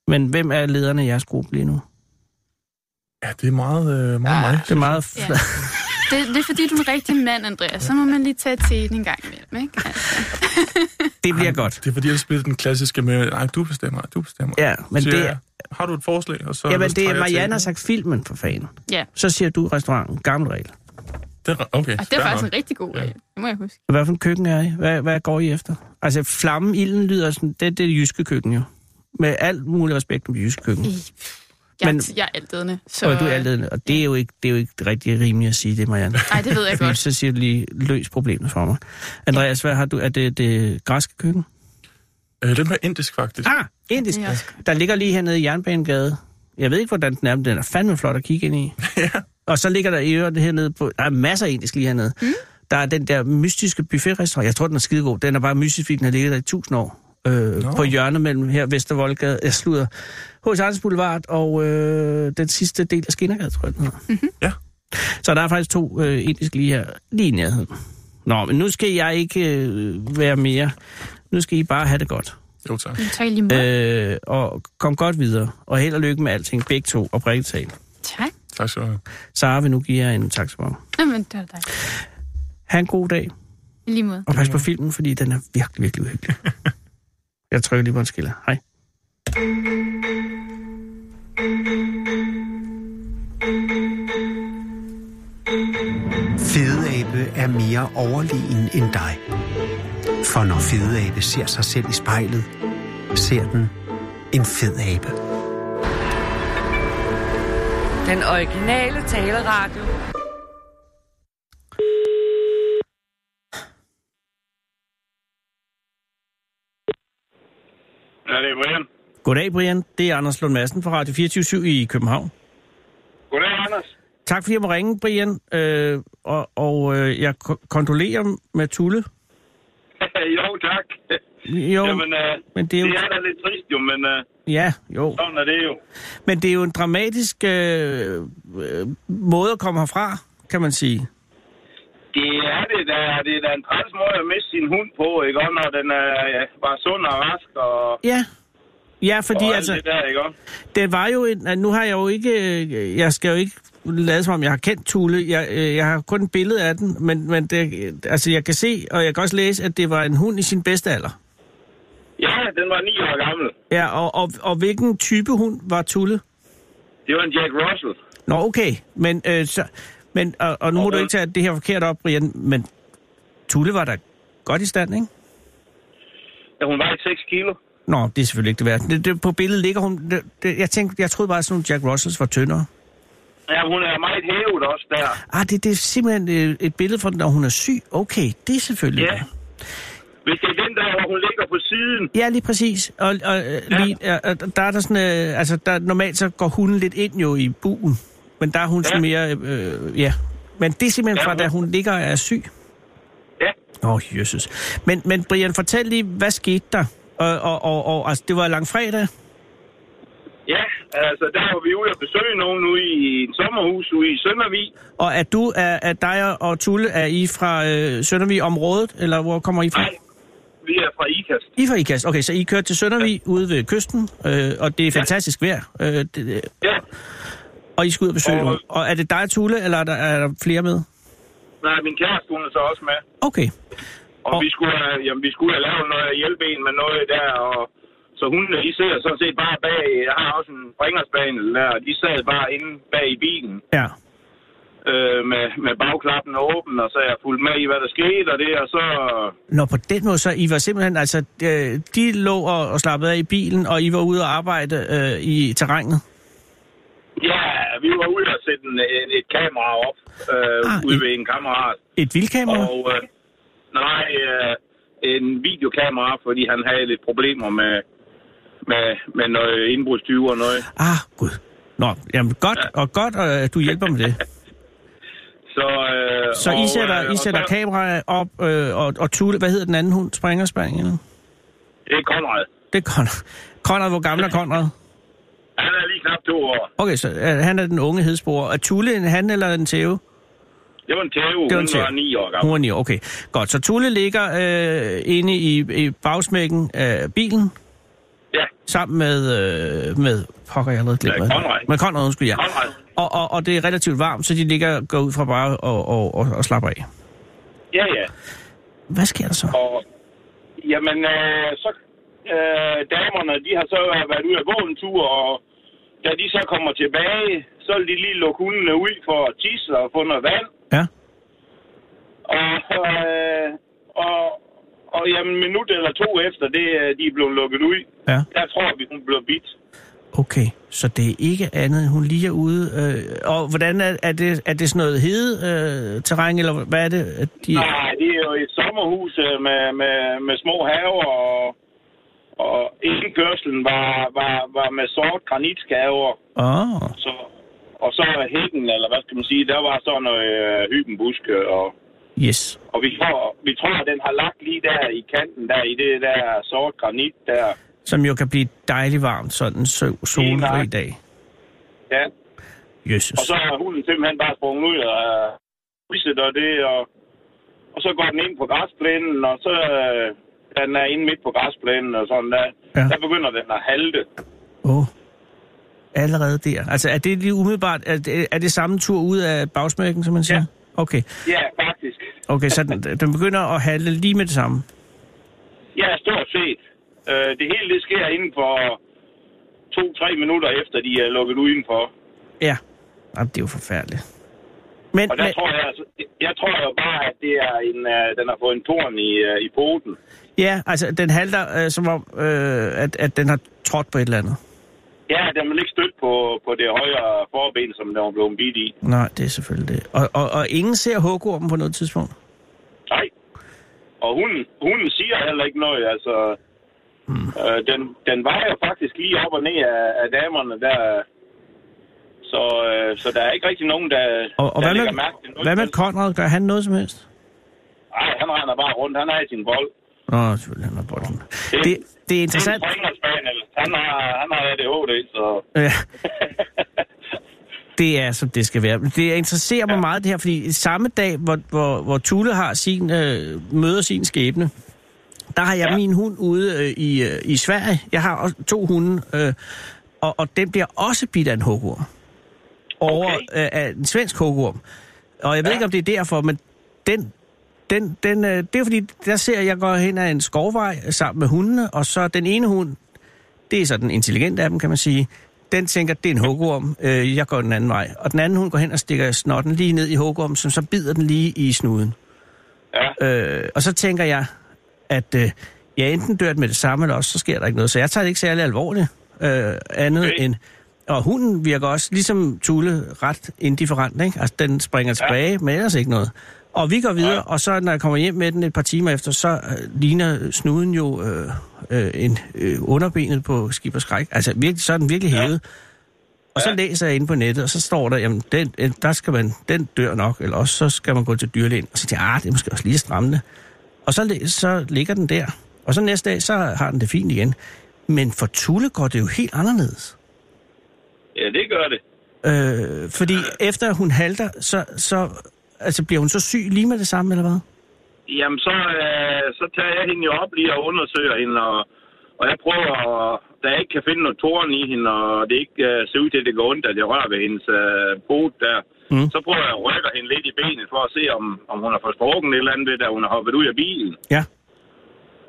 Men hvem er lederne i jeres gruppe lige nu? Ja, det er meget, øh, Ah. meget mig. Det er meget... Ja. Fl- det? Det er fordi, du er en rigtig mand, Andreas. Så må man lige tage til en gang imellem, ikke? Altså, det bliver godt. Det er fordi, jeg spiller den klassiske med, nej, du bestemmer, du bestemmer. Ja, men Så det jeg, er... Har du et forslag? Og så Jamen, så det trækker er jeg til. Marianne har sagt filmen for fanden. ja. Så siger du restauranten. Gammel regel. Det er, okay, Og det er faktisk en rigtigt. rigtig god Ja. regel. Det må jeg huske. Hvad for en køkken er I? Hvad, hvad går I efter? Altså, flammen, ilden lyder sådan... Det, det er det jyske køkken jo. Med alt muligt respekt om det jyske køkken. Jeg, Mm. Men- Men, jeg er altædende, så... Så... Og du er altid, og det er jo ikke, det er jo ikke rigtig rimeligt at sige det, Marianne. Nej, det ved jeg Fordi godt. så siger du lige, løs problemet for mig. Andreas, hvad har du? Er det det græske køkken? Øh, den er indisk, faktisk. Ah, indisk. Det er også Der ligger lige hernede i Jernbanegade. Jeg ved ikke, hvordan den er, men den er fandme flot at kigge ind i. Og så ligger der i øvrigt hernede på... Der er masser af indisk lige hernede. Mm. Der er den der mystiske buffetrestaurant. Jeg tror, den er skidegod. Den er bare mystisk, fordi den har ligget der i tusind år. Øh, Nå. på hjørnet mellem her Vestervoldgade, jeg slutter, H.C. Andersen Boulevard og øh, den sidste del af Skinnergade, tror jeg, den hedder. Mm-hmm. Ja. Så der er faktisk to øh, indiske lige her, lige i nærheden. Nå, men nu skal jeg ikke øh, være mere. Nu skal I bare have det godt. Jo, tak. Nu tager jeg lige med. Øh. Øh, og kom godt videre. Og held og lykke med alting. Begge to og tale. Tak. Tak skal du have. Sara vil nu give jer en taxabon. Nå, men det var dig. Ha' en god dag. I lige måde. Og pas på filmen, fordi den er virkelig, virkelig uhyggelig. Jeg trykker lige på en skiller. Hej. Fedeabe er mere overlegen end dig. For når fedeabe ser sig selv i spejlet, ser den en fed abe. Den originale taleradio. Ja, det er Brian. Goddag, Brian. Det er Anders Lund Madsen fra Radio 24 i København. Goddag, Anders. Tak fordi jeg må ringe, Brian. Øh, og og øh, jeg ko- kondolerer med Tulle. jo, tak. Jo, Jamen, øh, men det er jo... det er da lidt trist jo, men øh, Ja, jo. sådan er det jo. Men det er jo en dramatisk øh, øh, måde at komme herfra, kan man sige. Det er det da, det er da en træls måde at miste sin hund på, ikke? Og når den er ja, bare sund og rask og, Ja. Ja, fordi og altså... alt det der, ikke? det var jo en... at Nu har jeg jo ikke... øh, Jeg skal jo ikke lade som om, jeg har kendt Tule. Jeg, øh, jeg har kun et billede af den, men, men det, øh, altså, jeg kan se, og jeg kan også læse, at det var en hund i sin bedste alder. Ja, den var 9 år gammel. Ja, og, og, og hvilken type hund var Tulle? Det var en Jack Russell. Nå, okay. Men øh, så, Men, og, og nu må Og du hun- ikke tage det her forkert op, Brian, men Tulle var da godt i stand, ikke? Ja, hun vejede 6 kilo. Nå, det er selvfølgelig ikke det værd. Det, det, på billedet ligger hun... Det, det, jeg, tænkte, jeg troede bare, at sådan nogle Jack Russells var tyndere. Ja, hun er meget hævet også der. Ah, det, det er simpelthen øh, et billede fra, når hun er syg. Okay, det er selvfølgelig... Ja. Hvis det er den der, hvor hun ligger på siden. Ja, lige præcis. Og, og øh, lige, ja. og der er der sådan, øh, altså der, normalt så går hunden lidt ind jo i buen, men der er hun ja. sådan mere, øh, ja. Men det er simpelthen Ja, fra, hun- da hun ligger og er syg. Ja. Åh, oh, jøsses. Men, men Brian, fortæl lige, hvad skete der? Og, og, og, og altså, det var langfredag? Ja, altså der var vi ude og besøge nogen ude i et sommerhus ude i Søndervig. Og er du, er, er dig og- og Tulle, er I fra øh, Søndervig-området, eller hvor kommer I fra? Nej, vi er fra Ikast. I er fra IKAST. Okay, så I kører til Søndervig ja. ude ved kysten, øh, og det er fantastisk vejr. Øh, det- det, Ja, og I skal ud og besøge Og- nogen. Og er det dig, Tulle, eller er der, er der flere med? nej, min kæreste hun er så også med. Okay. Og, Og- og... vi skulle have, jamen, vi skulle have lavet noget hjælpe en med noget der, og så hundene, de sidder sådan set bare bag, jeg har også en bringerspanel der, og de sad bare inde bag i bilen Ja. øh, med, med bagklappen åben, og så er jeg fulgt med i, hvad der skete, og det, og så... Nå, på den måde, så I var simpelthen, altså, øh, de lå og, og slappede af i bilen, og I var ude og arbejde øh, i terrænet. Ja, vi var ude og sætte en, en, et kamera op øh, Ah, ah, ude i- ved en kammerat, Et vildkamera? Og øh, nej, øh, en videokamera, fordi han havde lidt problemer med, med, med noget indbrudstyve og noget. Ah, gud. Nå, jamen godt, ja. og godt, og øh, du hjælper med det. Så, øh, Så I sætter, øh, I og sætter så- kameraer op, øh, og, og Tulle, hvad hedder den anden hund? Springer Spring, eller? Det er Konrad. Det er Conrad. Conrad, hvor gammel er Conrad? Han er lige knap to år. Okay, så øh, han er den unge hedsbror. Er Tulle en han eller en tæve? Det var en tæve, Det var en hun tæve. var ni år Hun gammel. er ni år, okay. Godt, så Tulle ligger øh, inde i, i bagsmækken af bilen, Ja, sammen med, øh, med pokker, jeg har allerede glemt. Ja, hvad han Conrad. hedder. Med Conrad, undskyld, ja. Konrad. Og, og, og det er relativt varmt, så de ligger går ud fra bare og, og, og, og slapper af. Ja, ja. Hvad sker der så? Og, jamen, øh, så øh, damerne, de har så været ude at gå en tur, og da de så kommer tilbage, så vil de lige lukke hundene ud for at tisse og få noget vand. Ja. Og, øh, og, og jamen, en minut eller to efter, det, øh, de er blevet lukket ud, Ja, der tror vi, hun blev bidt. okay. Så det er ikke andet, end hun lige er ude. Øh, og hvordan er, er, det, er det sådan noget hede øh, terræn, eller hvad er det? At de, Nej, det er jo et sommerhus øh, med, med, med små haver, og, og indkørselen var, var, var med sort granitskaver. Åh, oh, Så, og så er hækken, eller hvad skal man sige, der var sådan noget øh, hybenbuske, og, yes. og vi, tror, vi tror, at den har lagt lige der i kanten, der i det der sort granit der. Som jo kan blive dejligt varmt, sådan en søv, solrig nøjagtigt. dag. Ja. Jesus. Og så er hunden simpelthen bare sprunget ud og huset og det, og, og så går den ind på græsplænen, og så øh, da den er inde midt på græsplænen og sådan der. Ja. Ja. Der begynder den at halte. Åh. Oh. Allerede der. Altså, er det lige umiddelbart, er det, er det samme tur ud af bagsmækken, som man siger? Ja. Okay, Ja, faktisk. okay så den, den begynder at halde lige med det samme. Ja, stort set. Øh, det hele det sker inden for to-tre minutter efter, de er lukket udenfor. Ja. Jamen, det er jo forfærdeligt. Men, Og der men tror jeg, altså, jeg tror jo bare, at det er en, øh, den har fået en torn i, øh, i poten. ja, altså, den halter øh, som om, øh, at, at den har trådt på et eller andet. Ja, den vil ikke støtte på, på det højre forben, som den var blevet bidt i. Nej, det er selvfølgelig det. Og, og, og ingen ser hugormen på noget tidspunkt? Nej. Og hunden, hunden siger heller ikke noget. Altså, mm. øh, den, den vejer faktisk lige op og ned af, af damerne der. Så, øh, så der er ikke rigtig nogen, der, Og, og der hvad, lægger med, mærke til noget. hvad med Conrad? Gør han noget som helst? Nej, han render bare rundt. Han har sin bold. Nå, selvfølgelig, han har bolden. Det, det er Det er interessant. en Spaniel. Han har, han har ADHD, så... Ja. Det er, som det skal være. Men Det interesserer mig ja. meget, det her, fordi samme dag, hvor, hvor, hvor Tulle har sin, øh, møder sin skæbne, der har jeg ja. Ja. min hund ude øh, i, øh, i Sverige. Jeg har også to hunde, øh, og, og den bliver også bidt af en hugorm. Over okay. øh, af en svensk hugorm. Og jeg ved ja. ikke, om det er derfor, men den, den, den, øh, det er fordi, der ser jeg, jeg går hen ad en skovvej sammen med hundene, og så den ene hund, det er så den intelligente af dem, kan man sige, Den tænker, det er en hugorm, øh, jeg går den anden vej. Og den anden, hun går hen og stikker snotten lige ned i hugormen, som så bider den lige i snuden. Ja. Øh, og så tænker jeg, at øh, jeg enten dør det med det samme, eller også så sker der ikke noget. Så jeg tager det ikke særlig alvorligt. Øh, andet okay. Okay. end... Og hunden virker også, ligesom Tule, ret indifferent. Ikke? Altså, den springer tilbage, ja. men ellers ikke noget. Og vi går videre, ja. og så når jeg kommer hjem med den et par timer efter, så øh, ligner snuden jo øh, øh, en, øh, underbenet på skib og skræk. Altså, virkelig, så er den virkelig hævet. Og så læser jeg inde på nettet, og så står der, jamen, den, øh, der skal man, den dør nok, eller også så skal man gå til dyrlægen. Og så tænker jeg, ah, det er måske også lige strammende. Og så, læ- så ligger den der. Og så næste dag, så har den det fint igen. Men for Tulle går det jo helt anderledes. ja, det gør det. Øh, fordi efter hun halter, så, så altså, bliver hun så syg lige med det samme, eller hvad? Jamen, så, øh, så tager jeg hende jo op lige og undersøger hende, og, og jeg prøver, at, da jeg ikke kan finde noget tårn i hende, og det ikke øh, ser ud til, at det går ondt, at jeg rører ved hendes øh, bod der, mm. så prøver jeg at rykke hende lidt i benet for at se, om, om hun har fået sprunget et eller andet ved, da hun har hoppet ud af bilen. Ja.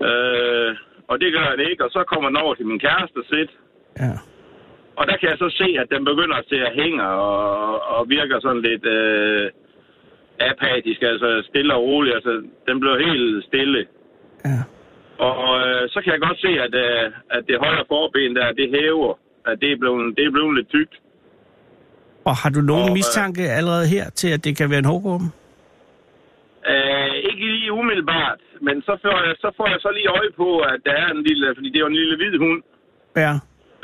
Øh, og det gør jeg ikke, og så kommer den over til min kæreste sit, Ja. og der kan jeg så se, at den begynder at se at hænge og, og virker sådan lidt øh, apatisk, altså stille og rolig. Altså, den blev helt stille. ja. Og øh, så kan jeg godt se, at, øh, at det højre forben der, det hæver. At det er blevet, det er blevet lidt tykt. Og har du nogen Og, og, øh, mistanke allerede her til, at det kan være en hårdgården? Øh, ikke lige umiddelbart, men så får, jeg, så får jeg så lige øje på, at der er en lille, fordi det er jo en lille hvid hund, Ja.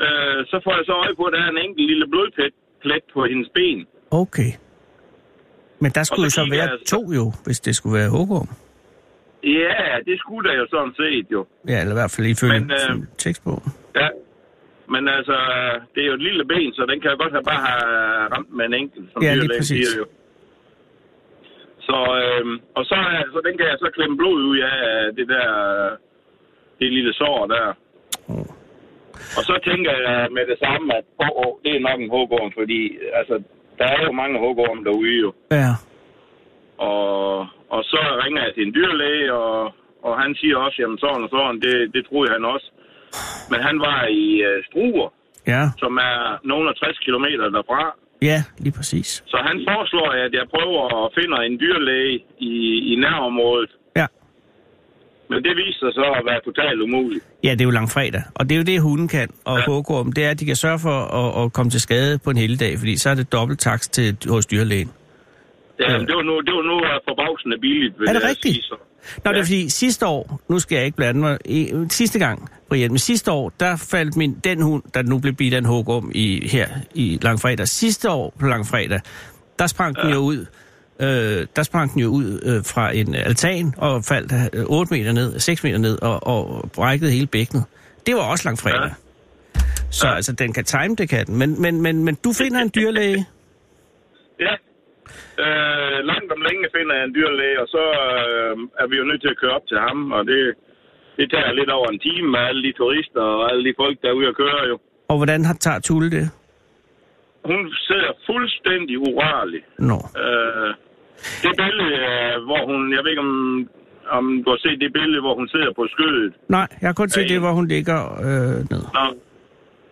øh, så får jeg så øje på, at der er en enkelt lille blodplet plet på hendes ben. Okay. Men der skulle jo så kigger være jeg- to jo, hvis det skulle være hårdgården. Ja, det skulle der jo sådan set jo. Ja, eller i hvert fald ifølge Men, øh, øh... tekstbogen. Ja. Men altså, det er jo et lille ben, så den kan jo godt have bare have ramt med en enkelt, som Ja, lige dyrlægen præcis. siger jo. Så, øhm, og så, er- så den kan jeg så klemme blod ud af øh, det der, det lille sår der. Oh. Og så tænker jeg øh, med det samme, at åh, oh, oh, det er nok en hågorm, fordi altså, der er jo mange hågorm derude jo. Ja. Og, og så ringer jeg til en dyrlæge, og, og han siger også, jamen sådan og sådan, det, det troede han også. Men han var i øh, Struer, Ja. som er nogen af 60 km derfra. Ja, lige præcis. Så han foreslår, at jeg prøver at finde en dyrlæge i, i nærområdet. Ja. Men det viser sig så at være totalt umuligt. Ja, det er jo langfredag, og det er jo det, hunden kan, og ja. Ja. HKM, det er, at de kan sørge for at, at komme til skade på en hel dag, fordi så er det dobbelt taks til, hos dyrlægen. Ja, Ja. ja. Det var nu, det var nu øh, forbavsende billigt, vil Er det jeg rigtigt? sige så. Nå, det er Ja. fordi sidste år, nu skal jeg ikke blande mig, i, sidste gang, Brian, men sidste år, der faldt min, den hund, der nu blev bidt af en HKM i, her i langfredag, sidste år på langfredag, der sprang den jo ud, øh, der sprang den jo ud øh, fra en øh, altan og faldt øh, 8 meter ned, 6 meter ned og, og brækkede hele bækkenet. Det var også langfredag. Ja. Så altså, den kan time det, kan den. Men, men, men, men du finder en dyrlæge. Ja. Øh, langt om længe finder jeg en dyrlæge, og så øh, er vi jo nødt til at køre op til ham, og det, det tager lidt over en time med alle de turister og alle de folk, der er ude at køre jo. Og hvordan har tager Tulle det? Hun sidder fuldstændig urørlig. Nå. Øh, det billede, øh, hvor hun, jeg ved ikke om, om du har set det billede, hvor hun sidder på skødet. Nej, jeg har kun set Ja, det, ja. hvor hun ligger øh, ned. Nå.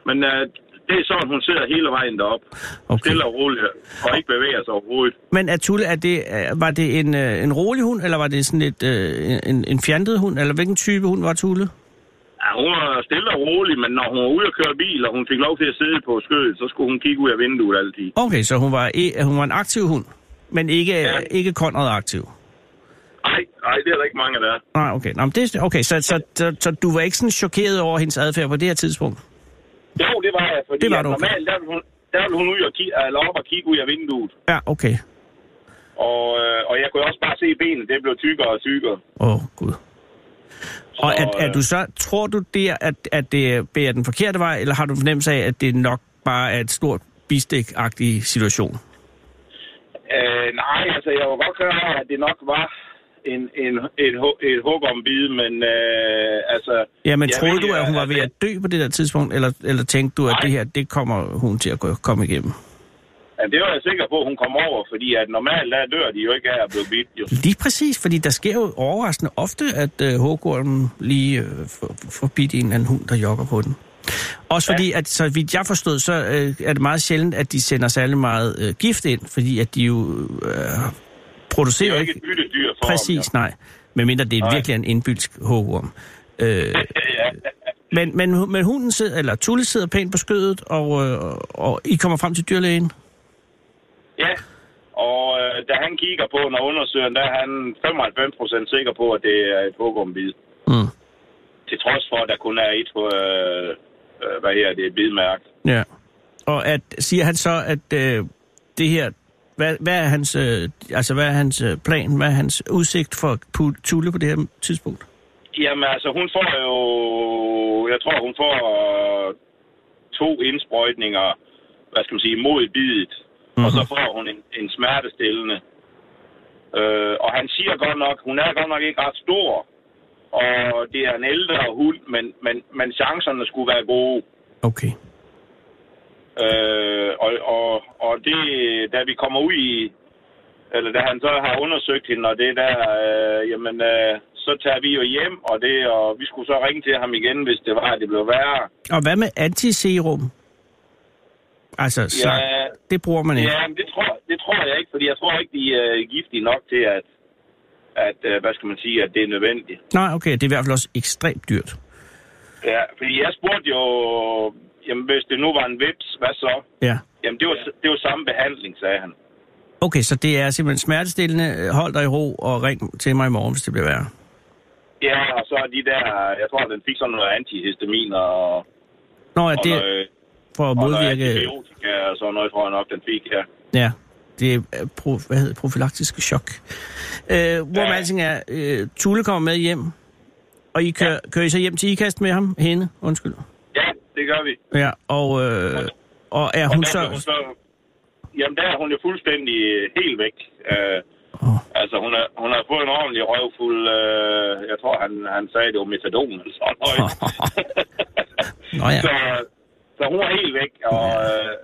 Men øh, det er sådan, hun sidder hele vejen derop. Okay. Okay. Stille og roligt, og ikke bevæger sig overhovedet. Men er Tulle, er det, er- var det en, øh, en rolig hund, eller var det sådan lidt øh, en, en fjantet hund? Eller hvilken type hund var Tulle? Ja, hun var stille og rolig, men når hun var ude at køre bil, og hun fik lov til at sidde på skødet, så skulle hun kigge ud af vinduet altid. Okay, så hun var, e- hun var en aktiv hund, men ikke, ja. Ja. ikke konrad aktiv. Nej, nej, det er der ikke mange, der er. Nej, okay. Nå, men det, er- okay så, så, så, så, du var ikke sådan chokeret over hendes adfærd på det her tidspunkt? Jo, det var jeg, fordi Det var at du. normalt, der ville hun, der ville hun ud og kigge, eller op og kigge ud af vinduet. Ja, okay. Og, øh, og jeg kunne også bare se benet, det blev tykkere og tykkere. Åh, oh, Gud. Og Så, er, er øh, du så, tror du der, at, at det bærer den forkerte vej, eller har du en fornemmelse af, at det nok bare er et stort bistik situation? Øh, nej, altså jeg var godt klar over, at det nok var en, en, et, hu- et hug om bid, men øh, altså... Ja, men jeg troede ved, du, at hun var ved at altså, dø på det der tidspunkt, eller, eller tænkte du, at Nej. det her, det kommer hun til at gå- komme igennem? at det var jeg sikker på, at hun kom over, fordi at normalt der dør de jo ikke af at blive bidt, jo. Lige præcis, fordi der sker jo overraskende ofte, at øh, hårgården lige øh, får- får bidt en eller anden hund, der jogger på den. Også fordi, ja. at så vidt jeg forstod, så øh, er det meget sjældent, at de sender særlig meget øh, gift ind, fordi at de jo øh, Det er producerer jo ikke et byttedyr for Præcis, ham, nej. Medmindre det er Nej. virkelig en indbylsk hågorm. Øh, ja. men, men, men hunden sidder, eller Tulle sidder pænt på skødet, og, øh, og, og I kommer frem til dyrlægen. Ja. ja. Og øh, da han kigger på den og undersøger den, der er han 95% sikker på, at det er et hukumbid. Mm. Til trods for, at der kun er et, øh, øh, hvad her, det er et bidmærke. Ja. Og at, siger han så, at øh, det her, hvad, hvad, er hans, øh, altså, hvad er hans øh, plan, hvad er hans udsigt for Pu- Tulle på det her tidspunkt? Jamen altså, hun får jo... Jeg tror, hun får øh, to indsprøjtninger, hvad skal man sige, mod bidet. Mm-hmm. Og så får hun en, en smertestillende. Øh, og han siger godt nok, hun er godt nok ikke ret stor. Og det er en ældre hund, men, men, men chancerne skulle være gode. Okay. Øh, og, og, og det, da vi kommer ud i, eller da han så har undersøgt hende, og det der, øh, jamen, øh, så tager vi jo hjem, og, det, og vi skulle så ringe til ham igen, hvis det var, at det blev værre. Og hvad med antiserum? Altså, slagt, Ja. det bruger man ikke. Ja, men det tror, det tror jeg ikke, fordi jeg tror ikke, de er giftige nok til, at, at øh, hvad skal man sige, at det er nødvendigt. Nej, okay, det er i hvert fald også ekstremt dyrt. Ja, fordi jeg spurgte jo, jamen, hvis det nu var en vips, hvad så? Ja. Jamen, det var, det var samme behandling, sagde han. Okay, så det er simpelthen smertestillende. Øh, Hold dig i ro og ring til mig i morgen, hvis det bliver værre. Ja, og så er de der, jeg tror, den fik sådan noget antihistamin og, Nå, ja, og det er noget, for at og noget modvirke... antibiotika og sådan noget, tror jeg nok, den fik, ja. Ja, det er øh, pro, hvad hedder, det, profylaktisk chok. Øh, hvor ja. Ja. alting er, øh, Tulle kommer med hjem, og I kører, ja. kører I så hjem til Ikast med ham? Hende, undskyld. Ja, det gør vi. Ja, og, øh, og er hun der blev så... jamen, der er hun jo fuldstændig øh, helt væk. Øh, Åh. Altså, hun har, hun har fået en ordentlig røvfuld... Øh, jeg tror, han, han sagde, det var metadon eller sådan noget. Nå ja, Så, så hun er helt væk, og, øh,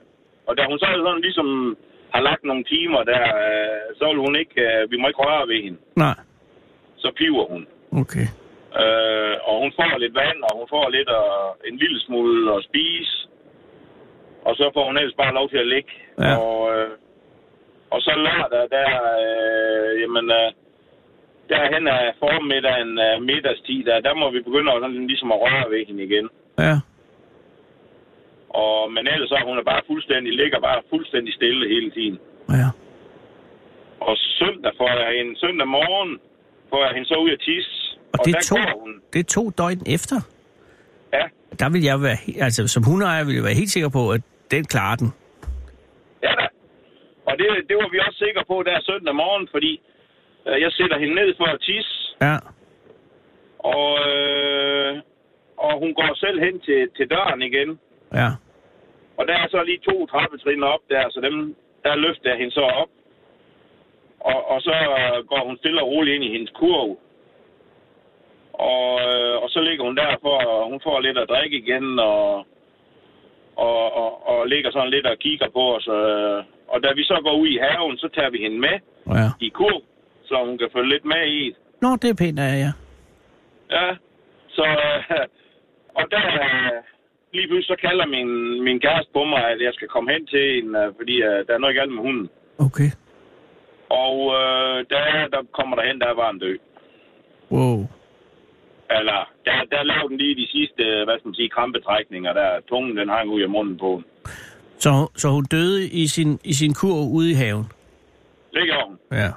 og da hun så sådan ligesom har lagt nogle timer der, øh, så vil hun ikke... Øh, vi må ikke røre ved hende. nej, Så piver hun. okay. Øh, og hun får lidt vand, og hun får lidt uh, en lille smule at spise. Og så får hun ellers bare lov til at ligge. Ja. Og, øh, og så lørdag, der, øh, jamen, øh, derhen af formiddagen, øh, middagstid, der, der må vi begynde at, sådan, ligesom at røre ved hende igen. Ja, Og, men ellers så er hun er bare fuldstændig, ligger bare fuldstændig stille hele tiden. ja. Og søndag får jeg hende, søndag morgen får jeg hende så ud at tisse. Og det er, der to, går hun. det er to døgn efter. Ja. Der vil jeg være, he- altså som hundeejer vil jeg være helt sikker på, at den klarer den. Ja da. Og det, det var vi også sikre på der søndag morgen, fordi øh, jeg sætter hende ned for at tisse, Ja, og, øh, og hun går selv hen til, til døren igen. ja. Og der er så lige to trappetrin op der, så dem, der løfter jeg hende så op. Og, og så øh, går hun stille og roligt ind i hendes kurv. Og, øh, og så ligger hun der, for og hun får lidt at drikke igen, og, og, og, og ligger sådan lidt og kigger på os. Øh. Og da vi så går ud i haven, så tager vi hende med ja. i kurv, så hun kan følge lidt med i det. Nå, det er pænt af jer. ja. Ja, så... Øh, og der... Øh, lige pludselig så kalder min, min kæreste på mig, at jeg skal komme hen til en, øh, fordi øh, der er noget galt med hunden. Okay. Og øh, der, der kommer der hen, der var en død. Wow. Eller, der, der lavede den lige de sidste, øh, hvad skal man sige, krampetrækninger der. Tungen, den hang ud af munden på den. Så, hun- så hun døde i sin, i sin kurv ude i haven? Det gjorde hun. Ja.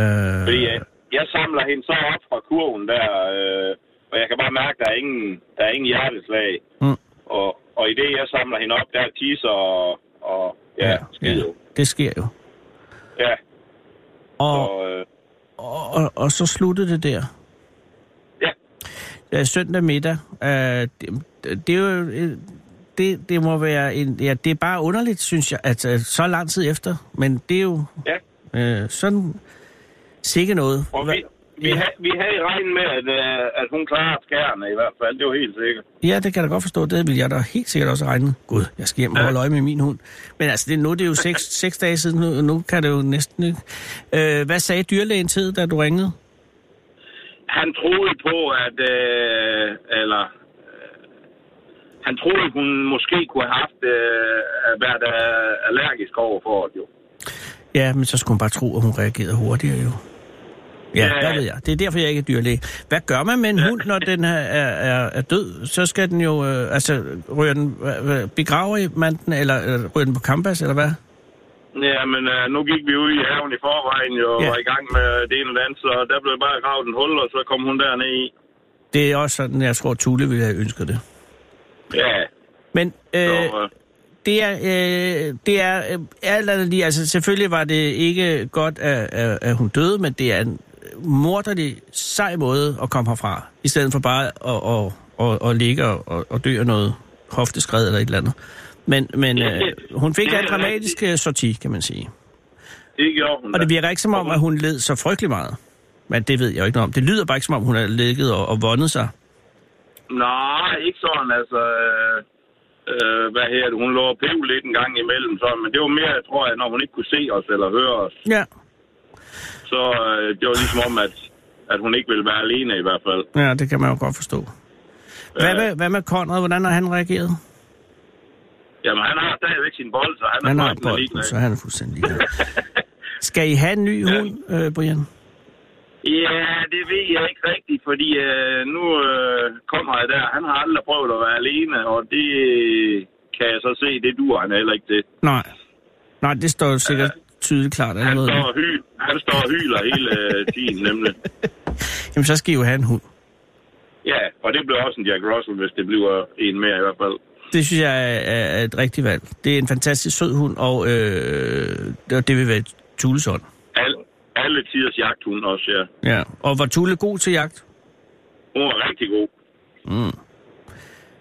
Øh, Fordi øh, jeg samler hende så op fra kurven der, øh, og jeg kan bare mærke, at der er ingen, der er ingen hjerteslag. Mm. Og, og i det, jeg samler hende op, der tisser og, og ja, ja, skider. Ja. Det sker jo. ja. Og, Og, øh, og, og, og så sluttede det der. Ja. Øh, søndag middag. Øh, det, det er jo... øh, Det, det må være en... Ja, det er bare underligt, synes jeg, at, at så lang tid efter. Men det er jo ja. øh, sådan... Sikke noget. Og vi, Ja. vi, ja. havde, vi havde regnet med, at, øh, at hun klarer skærene i hvert fald. Det var helt sikkert. Ja, det kan jeg da godt forstå. Det vil jeg da helt sikkert også regne. med. Gud, jeg skal hjem og holde øje med min hund. Men altså, det, nu det er jo seks, seks dage siden, nu, nu kan det jo næsten ikke. Øh, hvad sagde dyrlægen til, da du ringede? Han troede på, at... Øh, eller... øh, han troede, hun måske kunne have haft, øh, været øh, allergisk over for det jo. Ja, men så skulle man bare tro, at hun reagerede hurtigere jo. Ja, Ja, ja. der ved jeg. Det er derfor, jeg ikke er dyrlæge. Hvad gør man med en hund, når den er, er, er, er død? Så skal den jo... Øh, altså, ryger den, øh, begraver man den, eller øh, ryger den på kampas, eller hvad? Ja, men øh, nu gik vi ud i haven i forvejen jo, og Ja. var i gang med det ene og det andet, så der blev bare gravet en hul, og så kom hun derned i. Det er også sådan, jeg tror, Tulle ville have ønsket det. Ja, Men så, øh, øh, det er, øh, det er øh, alt andet lige, altså selvfølgelig var det ikke godt, at, at, at hun døde, men det er en morderlig, sej måde at komme herfra, i stedet for bare at, at, at, at ligge og, og- og dø af noget hofteskred eller et eller andet. Men, men øh, hun fik en dramatisk øh, sorti, kan man sige. det gjorde hun Og da. det virker ikke som om, at hun led så frygtelig meget. Men det ved jeg jo ikke noget om. Det lyder bare ikke som om, hun har ligget og, og vundet sig. Nej, ikke sådan, altså... Øh, øh, hvad her det? Hun lå og blev lidt en gang imellem, så, men det var mere, tror jeg, når hun ikke kunne se os eller høre os. Ja, Så øh, det var ligesom om, at, at hun ikke ville være alene i hvert fald. Øh, ja det kan man jo godt forstå. Hvad Ja. med, hvad med Conrad? Hvordan har han reageret? Jamen, han har stadigvæk sin bold, så han, Han er har fuldstændig bolden, ligeglad. så han er fuldstændig ligeglad. Skal I have en ny Ja. hund, øh, Brian? Ja, det ved jeg ikke rigtigt, fordi øh, nu øh, kommer jeg der. Han har aldrig prøvet at være alene, og det kan jeg så se, det dur han heller ikke til. Nej. Nej, det står jo sikkert tydeligt klart Han allerede. står, nu. og hy, han står og hyler hele øh, tiden, nemlig. Jamen, så skal I jo have en hund. Ja, og det bliver også en Jack Russell, hvis det bliver en mere i hvert fald. Det synes jeg er, er er et rigtigt valg. Det er en fantastisk sød hund, og øh, det det vil være Tulles hund. Al, alle tiders jagthund også, ja. Ja. Og var Tulle god til jagt? Hun var rigtig god.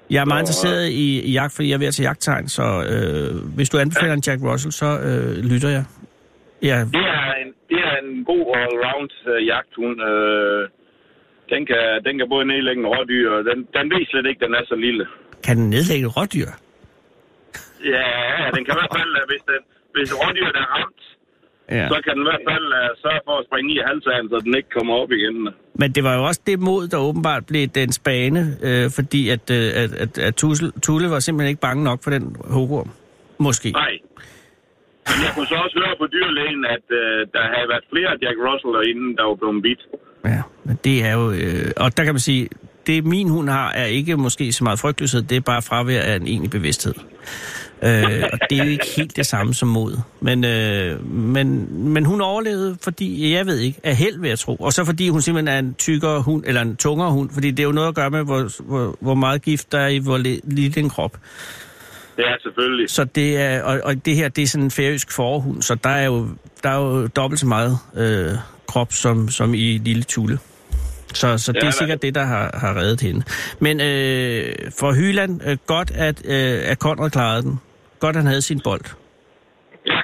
Jeg er meget Nå, interesseret i, i jagt, fordi jeg er ved at tage jagttegn, så øh, hvis du anbefaler en Jack Russell, så øh, lytter jeg. Ja, Det er en, det er en god all-round øh, jagthund. Øh, den, kan, den kan både nedlægge en rådyr, og den, den ved slet ikke, den er så lille. kan den nedlægge et rådyr? Ja, den kan i hvert fald, øh, hvis, den, hvis rådyret er ramt, Ja. så kan den i hvert fald uh, sørge for at springe i halsen, så den ikke kommer op igen. Men det var jo også det mod, der åbenbart blev den spane, øh, fordi at, øh, at, at, at Tussel, Tulle var simpelthen ikke bange nok for den hukorm. Måske. Nej. Men jeg kunne så også høre på dyrlægen, at uh, der havde været flere Jack Russell inden der var blevet bidt. Ja, men det er jo... Øh, og der kan man sige, det min hund har, er ikke måske så meget frygtløshed, det er bare fravær af en egentlig bevidsthed. Øh, og det er jo ikke helt det samme som mod. Men, øh, men, men hun overlevede, fordi, jeg ved ikke, af held ved at tro. Og så fordi hun simpelthen er en tykkere hund, eller en tungere hund, fordi det er jo noget at gøre med, hvor, hvor, hvor meget gift der er i hvor le- lille en krop. Ja, selvfølgelig. Så det er, og, og det her, det er sådan en færøsk forhund, så der er jo, der er jo dobbelt så meget øh, krop som, som i lille tulle. Så, så det Ja, er da. sikkert det, der har, har reddet hende. Men øh, for Hyland, øh, godt at, øh, at Conrad klarede den. Godt, han havde sin bold. Ja.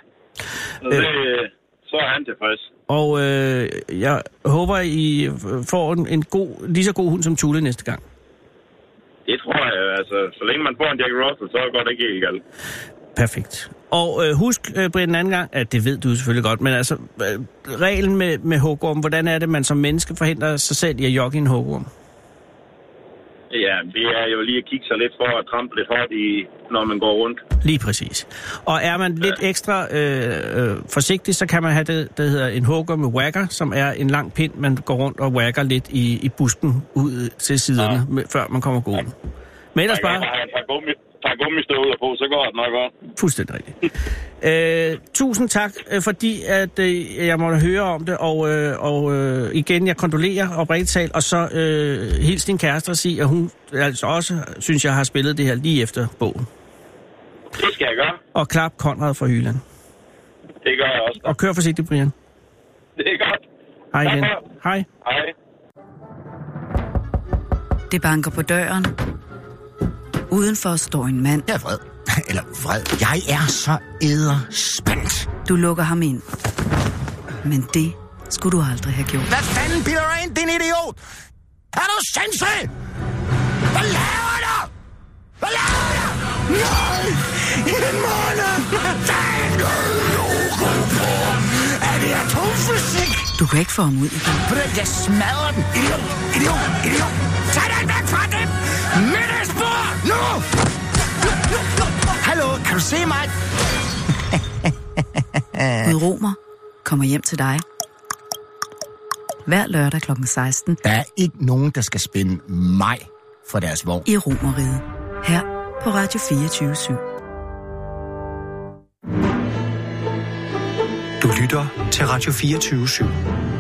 Så, det, så er han tilfreds. Og øh, jeg håber, I får en, en god, lige så god hund som Tulle næste gang. Det tror jeg, altså. Så længe man får en Jack Russell, så går det ikke helt galt. Perfekt. Og øh, husk, øh, Brian, en anden gang, at det ved du selvfølgelig godt, men altså, øh, reglen med, med hugorm, hvordan er det, man som menneske forhindrer sig selv i at jogge i en hugorm? Ja, det er jo lige at kigge sig lidt for at trampe lidt hårdt i, når man går rundt. Lige præcis. Og er man lidt ekstra øh, øh, forsigtig, så kan man have det, der hedder en hugger med wagger, som er en lang pind, man går rundt og wagger lidt i, i busken ud til siderne, ja. med, før man kommer gående. Men ellers bare... Bare han tager, gummi, tager gummistøvler på, så går det nok godt. Fuldstændig rigtigt. øh, tusind tak, øh, fordi at, øh, jeg måtte høre om det, og, øh, og øh, igen, jeg kondolerer oprigtigt talt, og så øh, hils din kæreste og sig, at hun altså også, synes jeg, har spillet det her lige efter bogen. Det skal jeg gøre. Og klap Konrad fra Hyland. Det gør jeg også. Og kør forsigtigt, Brian. Det er godt. Hej Tak igen. for det. Hej. Hej. Det banker på døren. Udenfor står en mand. Jeg er vred. Eller vred. Jeg er så æderspændt. Du lukker ham ind. Men det skulle du aldrig have gjort. Hvad fanden bilder du ind, din idiot? Er du sindssyg? Hvad laver du? Hvad laver du? Nej! I en måned! Dagen er lukket på! Er det atomfysik? Du kan ikke få ham ud igen. Ved du hvad, Jeg smadrer den! Idiot! Idiot! Idiot! Tag den væk fra dem! Middagsbord! Nu! Hallo, kan du se mig? Gud Romer kommer hjem til dig. Hver lørdag kl. 16 Der er ikke nogen, der skal spænde mig for deres vogn. i Romeriet. Her på Radio 24 7. Du lytter til Radio 24 /7.